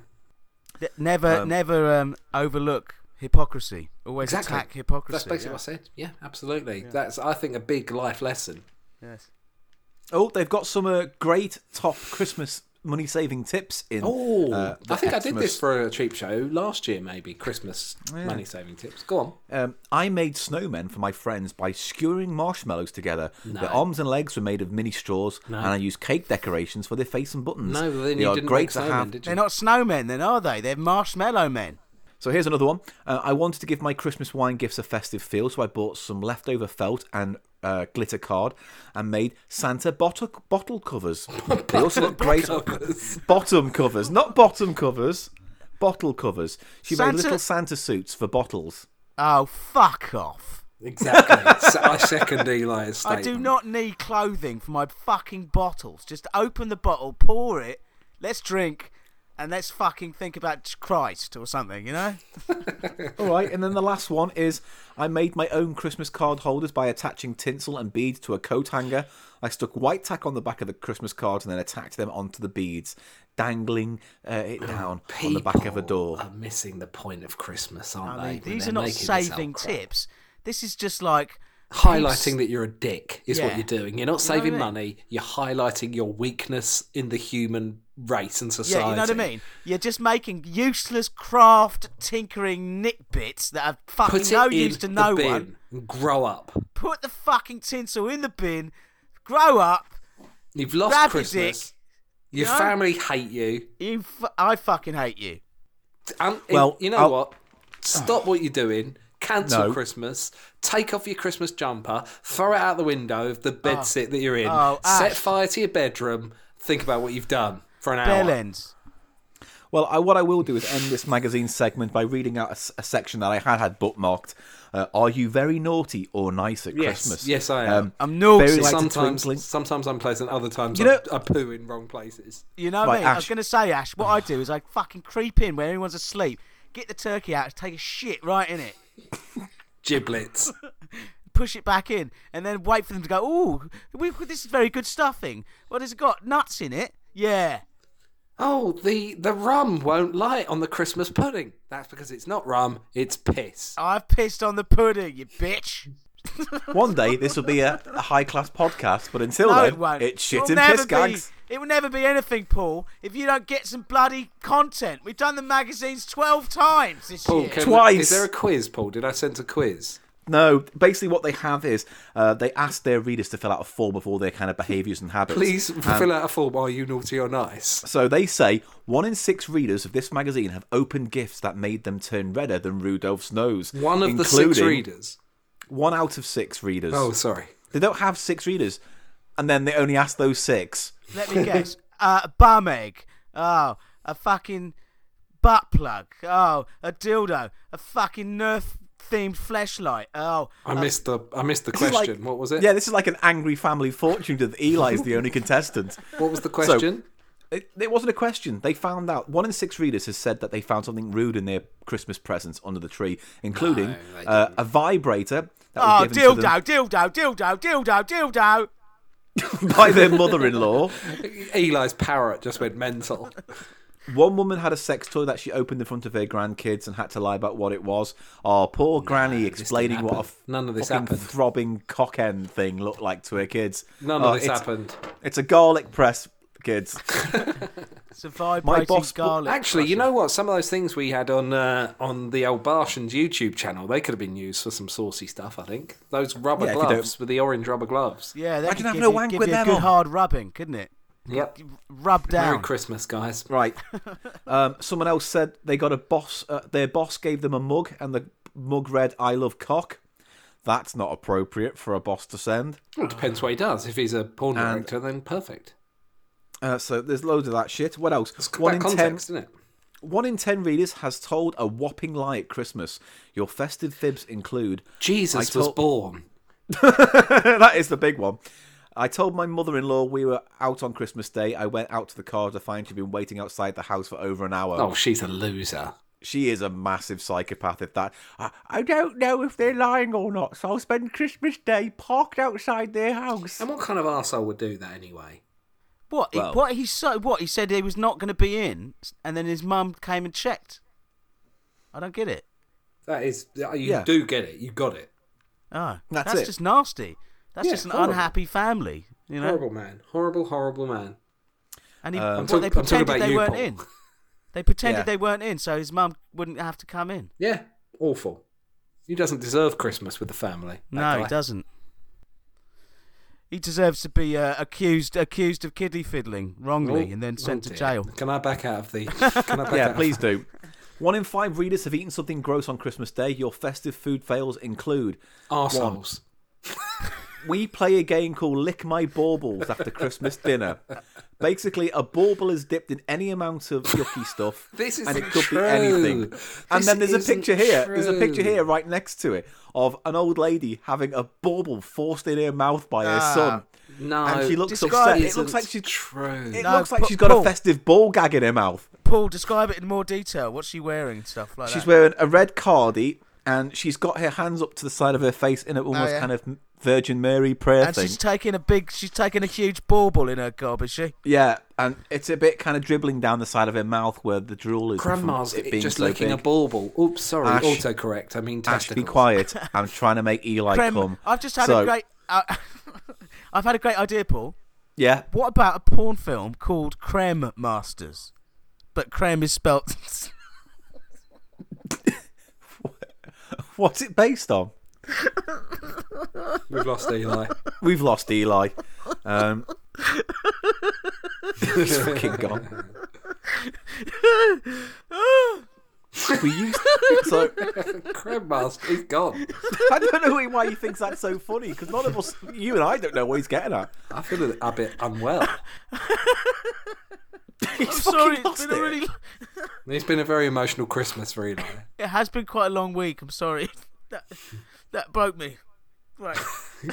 C: Th- Never, never um, overlook hypocrisy. Always
B: Exactly.
C: attack hypocrisy.
B: That's basically
C: yeah.
B: what I said. Yeah, absolutely. That's I think a big life lesson.
C: Yes.
A: Oh, they've got some uh, great top Christmas money saving tips in.
B: Oh,
A: uh, the
B: I think I did
A: Xmas.
B: this for a cheap show last year, maybe Christmas money saving tips. Go on.
A: Um, I made snowmen for my friends by skewering marshmallows together. Their arms and legs were made of mini straws, and I used cake decorations for their face and buttons.
B: No, then
A: They
B: you
A: are
B: didn't
A: great
B: make
A: to
B: snowmen,
A: have.
B: did you?
C: They're not snowmen, then are they? They're marshmallow men.
A: So here's another one. Uh, I wanted to give my Christmas wine gifts a festive feel, so I bought some leftover felt and uh, glitter card and made Santa bottle bottle covers. they also look great. bottom covers, not bottom covers. Bottle covers. She
C: Santa-
A: made little Santa suits for bottles.
C: Oh, fuck off.
B: Exactly. so I second Eli's
C: I
B: statement.
C: do not need clothing for my fucking bottles. Just open the bottle, pour it, let's drink, and let's fucking think about Christ or something, you know?
A: All right, and then the last one is I made my own Christmas card holders by attaching tinsel and beads to a coat hanger. I stuck white tack on the back of the Christmas cards and then attached them onto the beads, dangling uh, it
C: Oh,
A: down on the back of a
B: People
A: door.
B: Are missing the point of Christmas, aren't
C: I mean,
B: they? when
C: these
B: they're
C: are not
B: making this
C: saving
B: outcry?
C: tips. This is just like
B: Highlighting that you're a dick is
C: Yeah.
B: what you're doing. You're not
C: You know what I
B: saving
C: mean?
B: money. You're highlighting your weakness in the human race and society.
C: Yeah, you know what I mean. You're just making useless craft tinkering nitbits that have fucking
B: Put it
C: no
B: in
C: use to
B: the
C: no
B: bin
C: one.
B: and grow up.
C: Put the fucking tinsel in the bin. Grow up.
B: You've lost
C: Grab your
B: Christmas. Your
C: know?
B: family hate you.
C: You, f- I fucking hate you.
B: And
A: Well,
B: well, you know
A: I'll-
B: what? Stop what you're doing. Cancel
A: No.
B: Christmas. Take off your Christmas jumper. Throw it out the window of the bedsit that you're in.
C: Oh,
B: set
C: Ash.
B: fire to your bedroom. Think about what you've done for an hour.
C: Bellends.
A: Well, I, what I will do is end this magazine segment by reading out a s- a, section that I had had bookmarked. Uh, are you very naughty or nice at
B: Yes,
A: Christmas? Um,
B: yes, I am.
C: I'm naughty.
A: Very light and twinkling.
B: Sometimes, sometimes I'm pleasant. Other times,
A: You know-
B: I, I poo in wrong places.
C: You know what
A: Right,
C: I mean? I was
A: Ash.
C: going to say, Ash, what I do is I fucking creep in where everyone's asleep, get the turkey out, take a shit right in it,
B: Giblets.
C: push it back in, and then wait for them to go, ooh, we, this is very good stuffing. What has it got? Nuts in it? Yeah.
B: oh, the the rum won't light on the Christmas pudding. That's because it's not rum. It's piss.
A: Oh,
C: I've pissed on the pudding, you bitch.
A: One day this will be a, a high class podcast, but until
C: No,
A: then,
C: it won't.
A: it's shit
C: It'll
A: and
C: never
A: piss gags.
C: Be, it will never be anything, Paul, if you don't get some bloody content. We've done the magazines 12 times this
B: Paul,
C: year.
B: can-
A: Twice.
B: Is there a quiz, Paul? Did I send a quiz?
A: No, basically what they have is uh, they ask their readers to fill out a form of all their kind of behaviours and habits.
B: Please fill out a form. Are you naughty or nice?
A: So they say one in six readers of this magazine have opened gifts that made them turn redder than Rudolph's nose.
B: One of the
A: including
B: six readers.
A: One out of six readers.
B: Oh, sorry.
A: They don't have six readers, and then they only ask those six.
C: Let me guess. uh, a bum egg. Oh, a fucking butt plug. Oh, a dildo. A fucking Nerf themed flashlight. Oh,
B: I missed the I missed the
A: This Uh, is like-
B: question. what was it?
A: Yeah, this is like an angry family fortune that Eli is the only contestant.
B: What was the question?
A: It, it wasn't a question. They found out one in six readers has said that they found something rude in their Christmas presents under the tree, including uh, a vibrator that
C: oh,
A: was given
C: dildo, dildo, dildo, dildo, dildo.
A: to them by their mother-in-law.
B: Eli's parrot just went mental.
A: One woman had a sex toy that she opened in front of her grandkids and had to lie about what it was. Oh, poor granny explaining what a
B: happen. None of this
A: fucking
B: happened.
A: throbbing cock end thing looked like to her kids.
B: None
A: Oh,
B: of this
A: it's-
B: happened.
A: It's a garlic press, kids.
C: It's a vibrating
A: boss-
C: garlic.
B: Actually, you know what? Some of those things we had on uh, on the old Bartian's YouTube channel, they could have been used for some saucy stuff. I think those rubber
A: Yeah, if you
B: gloves with the orange rubber gloves.
C: yeah, that
A: Imagine
C: could
A: having
C: give
A: a
C: you-
A: wank
C: give
A: with
C: you a
A: them
C: good
A: on.
C: hard rubbing, couldn't it?
B: Yep.
C: Rub
B: Merry
C: down.
B: Christmas, guys.
A: Right. Um, someone else said they got a boss. Uh, their boss gave them a mug, and the mug read "I love cock." That's not appropriate for a boss to send.
B: Well, depends what he does. If he's a porn director, then perfect.
A: Uh, so there's loads of that shit. What else?
B: It's
A: One
B: about
A: in
B: context,
A: ten.
B: isn't it?
A: One in ten readers has told a whopping lie at Christmas. Your festive fibs include
B: Jesus
A: I
B: was
A: told-
B: born.
A: that is the big one. I told my mother-in-law we were out on Christmas Day. I went out to the car to find she'd been waiting outside the house for over an hour.
B: Oh, she's a loser.
A: she is a massive psychopath if that I, I don't know if they're lying or not so i'll spend christmas day parked outside their house
B: And what kind of arsehole would do that anyway?
C: What? he-
A: Well-
C: what he so? What he said he was not going to be in, and then his mum came and checked. I don't get it.
B: That is, you
A: Yeah.
B: do get it. You got it.
C: Oh,
A: That's
C: that's,
A: it.
C: just nasty. That's
B: Yeah,
C: just an
B: horrible.
C: unhappy family, you know.
B: Horrible Um, man. Horrible, horrible man.
C: And he,
B: I'm
C: what,
B: talk-
C: they
B: I'm talking
C: pretended
B: about
C: they
B: you,
C: weren't
B: Paul.
C: in. They pretended
A: Yeah.
C: they weren't in, so his mum wouldn't have to come in.
B: Yeah, awful. He doesn't deserve Christmas with the family. that
C: No, he
B: guy.
C: doesn't. He deserves to be uh, accused accused of kiddie fiddling wrongly
B: Oh,
C: and then
B: oh
C: sent to
B: dear.
C: jail.
B: Can I back out of the? Can I back
A: yeah
B: out
A: please
B: Of,
A: do one in five readers have eaten something gross on christmas day your festive food fails include
B: arseholes.
A: we play a game called lick my baubles after christmas dinner basically a bauble is dipped in any amount of yucky stuff
B: This
A: and it
B: isn't
A: could
B: true.
A: be anything and
B: This
A: then there's a
B: isn't
A: picture here there's a picture
B: true.
A: here right next to it of an old lady having a bauble forced in her mouth by her son
B: No,
A: and she looks
C: describe
A: upset.
C: it
A: It looks
B: isn't
A: like she's
B: true.
A: It
C: No,
A: looks like
C: but
A: she's got
C: Paul-
A: a festive ball gag in her mouth.
C: Paul, describe it in more detail. What's she wearing and stuff like
A: She's
C: that?
A: wearing a red cardi and she's got her hands up to the side of her face in an almost
C: yeah.
A: kind of Virgin Mary prayer
C: and
A: thing.
C: she's taking a big, she's taking a huge bauble in her gob, is she?
A: Yeah, and it's a bit kind of dribbling down the side of her mouth where the drool is. from
B: Grandma's
A: it being
B: just
A: so
B: licking
A: big.
B: a bauble. Oops, sorry,
A: Ash-
B: autocorrect. I mean,
A: Ash,
B: testicles.
A: be quiet. I'm trying to make Eli
C: Prem,
A: come.
C: I've just had
A: So,
C: a great, uh, I've had a great idea, Paul.
A: Yeah,
C: What about a porn film called Creme Masters? But creme is spelt.
A: what's it based on?
B: We've lost Eli.
A: We've lost Eli. Um, he's fucking gone. we used so
B: Crabmaster, he's gone.
A: I don't know why he thinks that's so funny because none of us, you and I, don't know what he's getting at.
B: I feel a, a bit unwell.
A: He's fucking
C: Sorry, it's
A: lost
C: been a
A: it.
C: really,
B: It's been a very emotional Christmas for Eli.
C: it has been quite a long week. I'm sorry, that that broke me. Right,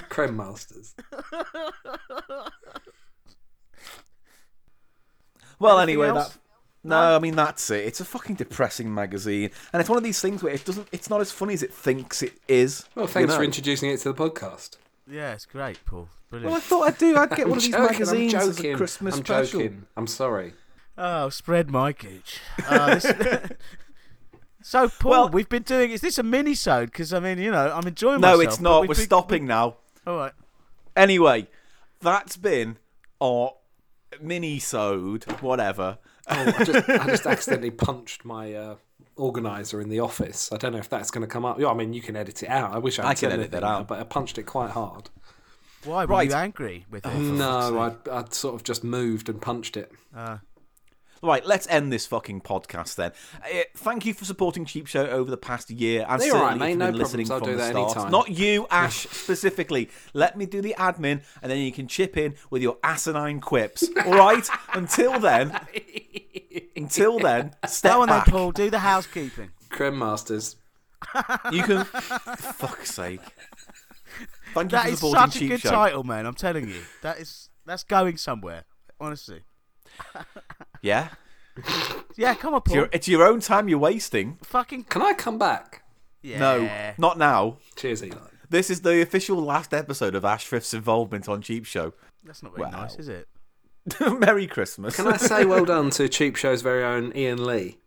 B: Crabmasters.
A: Well, anyway,
C: else?
A: that. No, I mean that's it. It's a fucking depressing magazine, and it's one of these things where it doesn't. It's not as funny as it thinks it is.
B: Well, thanks
A: you
B: for
A: know?
B: introducing it to the podcast.
C: yeah, it's great, Paul. Brilliant.
A: Well, I thought I'd do. I'd get one of these
B: Joking,
A: magazines
B: I'm
A: as
B: joking.
A: a Christmas
B: I'm
A: special.
B: joking. I'm sorry.
C: Oh, spread my gooch. Uh, this- so, Paul,
A: Well-
C: we've been doing. Is this a mini-sode? Because I mean, you know, I'm enjoying
A: No,
C: myself.
A: it's
C: but
A: not.
C: we've
A: We're
C: been-
A: stopping now.
C: All right.
A: Anyway, that's been our mini-sode, whatever.
B: Oh, I, just, I just accidentally punched my uh, organizer in the office. I don't know if that's going to come up. Yeah, I mean, you can edit it out. I wish I,
A: I
B: had
A: can
B: said
A: edit that
B: anything,
A: out.
B: but I punched it quite hard.
C: Why were
A: Right.
C: you angry with
A: Oh,
C: her?
B: No, I'd, I'd sort of just moved and punched it.
A: Right, let's end this fucking podcast then. Uh, thank you for supporting Cheap Show over the past year. And
B: They're all right,
A: certainly
B: mate,
A: if you've
B: no
A: been listening
B: problems, I'll
A: from
B: do
A: the
B: that
A: start.
B: anytime.
A: Not you, Ash, specifically. Let me do the admin, and then you can chip in with your asinine quips. All right? until then, until then, step
C: Go on then,
A: back.
C: Paul. Do the housekeeping.
B: Creme Masters.
A: You can. Fuck's sake. Thank
C: That
A: you for
C: is
A: supporting
C: such a
A: Cheap
C: good
A: Show.
C: title, man. I'm telling you, that is that's going somewhere. Honestly.
A: Yeah?
C: Yeah, come on,
A: It's
C: Paul.
A: your, it's your own time you're wasting.
C: Fucking
B: Can I come back?
C: yeah.
A: No, not now.
B: Cheers, Eli.
A: This is the official last episode of Ashfriff's involvement on Cheap Show.
C: that's not very
A: Wow.
C: nice, is it?
A: Merry Christmas.
B: Can I say well done to Cheap Show's very own Ian Lee?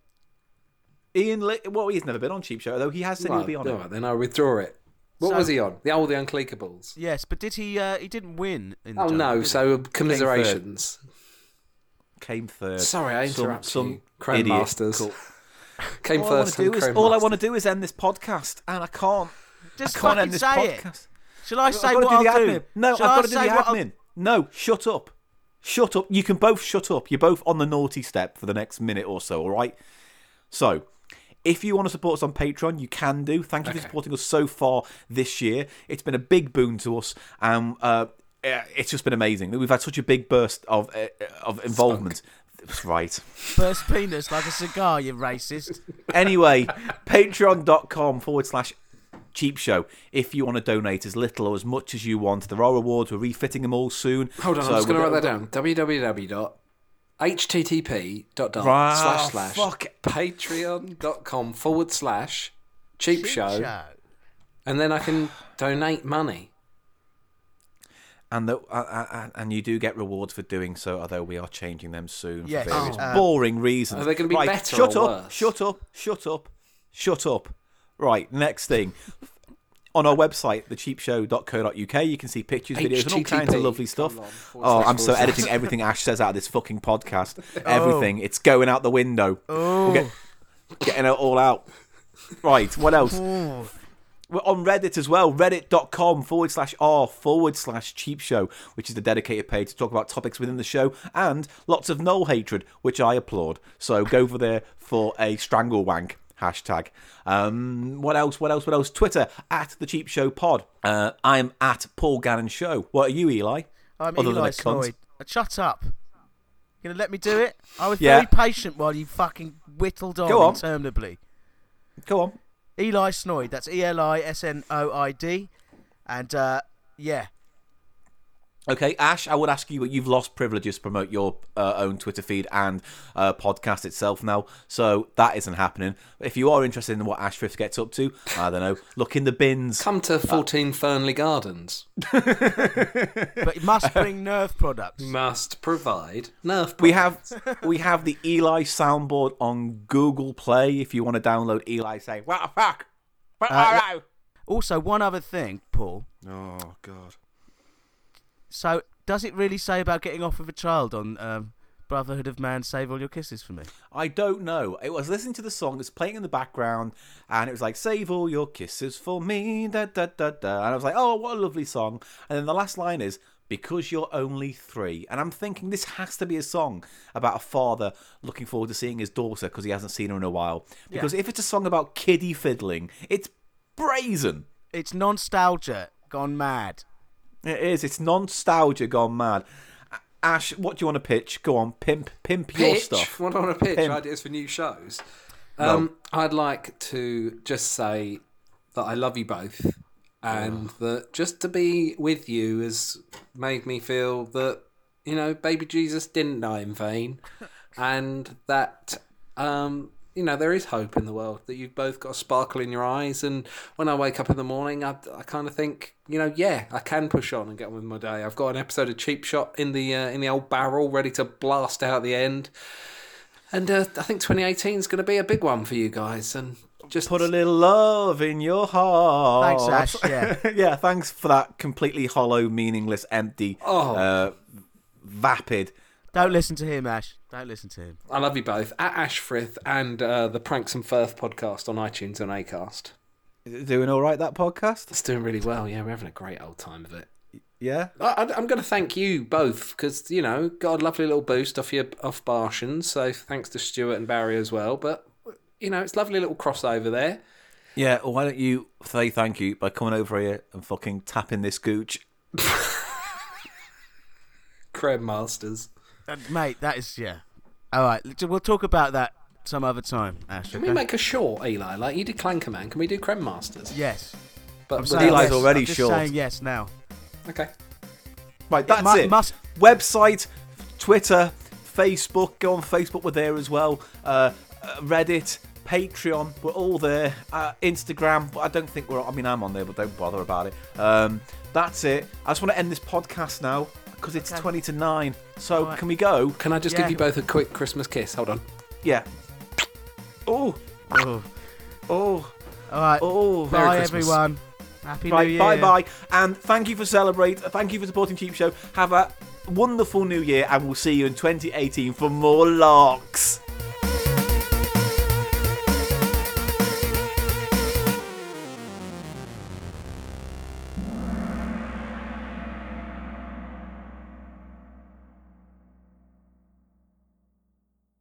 A: Ian, Lee, well, he's never been on Cheap Show, though he has said he'll be on
B: all
A: it.
B: right, then I withdraw it. What
C: So-
B: was he on? The old the Unclickables.
C: Yes, but did he? Uh, he didn't win. In the
B: Oh
C: tournament,
B: no!
C: did he?
B: So commiserations.
A: Came third.
B: Sorry, I
A: Some-
B: interrupted
A: some
B: you. Crane
A: idiot
B: Masters.
A: called-
B: Came
A: All I want
B: first.
A: to do
B: on
A: is
B: Chrome
A: all I
B: Masters.
A: want to do is end this podcast, and I can't.
C: just
A: I can't
C: fucking
A: end this
C: say it.
A: podcast.
C: Shall I say
A: I've got
C: what
A: to do the
C: I'll
A: admin.
C: do?
A: No,
C: Shall
A: I've
C: I
A: got to do
C: say
A: the
C: what I'll-
A: admin. No, shut up. Shut up. You can both shut up. You're both on the naughty step for the next minute or so, all right? So, if you want to support us on Patreon, you can do. Thank you for supporting us so far this year. It's been a big boon to us. Um, uh, eh, it's just been amazing. We've had such a big burst of uh, of involvement. That's right.
C: Burst penis like a cigar, you racist.
A: Anyway, patreon.com forward slash cheap show. If you want to donate as little or as much as you want, there are rewards. We're refitting them all soon.
B: Hold on,
A: So
B: I'm just going
A: we're
B: to write that down. www.http dot dot
A: Wow,
B: slash slash
A: fuck.
B: patreon.com forward slash cheap show,
C: Show.
B: and then I can donate money.
A: And, the, uh, uh, and you do get rewards for doing so, although we are changing them soon
C: Yes.
A: for various
C: Oh. Uh,
A: boring reasons.
B: Are they gonna be
A: right,
B: better
A: Shut
B: or
A: up,
B: worse?
A: shut up, shut up, shut up. Right, next thing. On our website, thecheapshow.co.uk, you can see pictures, videos, and all kinds of
B: HTTP.
A: lovely stuff.
B: Come on, forward
A: Oh,
B: slash,
A: I'm so
B: forward slash.
A: editing everything Ash says out of this fucking podcast.
C: Oh.
A: Everything. It's going out the window. Oh. getting it all out. Right, what else? We're on Reddit as well, reddit.com forward slash r forward slash cheap show, which is the dedicated page to talk about topics within the show and lots of null hatred, which I applaud. So go over there for a strangle wank hashtag. Um, what else? What else? What else? Twitter at the cheap show pod. Uh, I'm at Paul Gannon Show. What are you, Eli?
C: I'm
A: Other than
C: Eli
A: a cunt.
C: Snoid. Uh, Shut up. You gonna let me do it? I was
A: Yeah.
C: very patient while you fucking whittled on,
A: Go on.
C: interminably.
A: Go on.
C: Eli Snoid. That's E L I S N O I D. And uh, yeah,
A: Okay, Ash, I would ask you, but you've lost privileges to promote your uh, own Twitter feed and uh, podcast itself now, so that isn't happening. If you are interested in what Ash Fifth gets up to, I don't know, look in the bins.
B: Come to 14 Fernley Gardens.
C: But it must bring nerve products.
B: Must provide Nerf.
A: We have we have the Eli soundboard on Google Play. If you want to download Eli saying "What the fuck," What the
C: Uh,
A: fuck?"
C: Also, one other thing, Paul.
B: Oh, God.
C: So, does it really say about getting off with a child on um, Brotherhood of Man? Save all your kisses for me.
A: I don't know. It was listening to the song that's playing in the background, and it was like "Save all your kisses for me," da da da da. And I was like, "Oh, what a lovely song!" And then the last line is "Because you're only three. and I'm thinking this has to be a song about a father looking forward to seeing his daughter because he hasn't seen her in a while. Because if it's a song about kiddie fiddling, it's brazen.
C: It's nostalgia gone mad.
A: It is. It's nostalgia gone mad. A- Ash, what do you want to pitch? Go on, pimp, pimp your
B: pitch.
A: stuff.
B: What I want to pitch
A: Him.
B: ideas for new shows. Um, I'd like to just say that I love you both, and that just to be with you has made me feel that you know, baby Jesus didn't die in vain, and that um, you know there is hope in the world. That you've both got a sparkle in your eyes, and when I wake up in the morning, I, I kind of think, you know, yeah, I can push on and get on with my day. I've got an episode of Cheap Shot in the uh, in the old barrel, ready to blast out the end, and uh, I think 2018 is going to be a big one for you guys, and just
A: Put a little love in your heart.
C: Thanks, Ash. Yeah.
A: yeah, thanks for that completely hollow, meaningless, empty,
B: Oh.
A: uh, vapid.
C: Don't listen to him, Ash. Don't listen to him.
B: I love you both at Ashfrith and uh, the Pranks and Firth podcast on iTunes and Acast.
A: Is it doing all right that podcast?
B: It's doing really well. Yeah, we're having a great old time of it.
A: Yeah.
B: I, I'm going to thank you both because you know got a lovely little boost off your off Bartian. So thanks to Stuart and Barry as well. But you know it's lovely little crossover there.
A: Yeah. Well, why don't you say thank you by coming over here and fucking tapping this gooch?
B: Crab Masters.
C: Uh, mate, that is yeah. All right, l- we'll talk about that some other time, Ash.
B: Can we
C: okay?
B: make a short Eli like you did Clankerman? Can we do Crab Masters?
C: yes.
B: But
C: I'm
B: with
C: saying
A: Uh, Eli's
C: yes.
A: already
C: I'm just
A: short.
C: Saying yes now.
B: Okay.
A: Right, that's
C: mu-
A: it.
C: must-
A: Website, Twitter, Facebook. Go on Facebook, we're there as well. Uh, uh, Reddit, Patreon, we're all there. Uh, Instagram, but I don't think we're. on- I mean, I'm on there, but don't bother about it. Um, that's it. I just want to end this podcast now because it's twenty to nine. So
C: Right.
A: can we go?
B: Can I just
C: Yeah.
B: give you both a quick Christmas kiss? Hold on.
A: Yeah. Oh,
C: Oh.
A: oh,
C: All right.
A: oh.
B: Merry
C: Bye,
B: Christmas.
C: everyone. Happy New
A: Right,
C: Year.
A: bye bye. And thank you for celebrate. Thank you for supporting Cheap Show. Have a wonderful new year, and we'll see you in 2018 for more larks.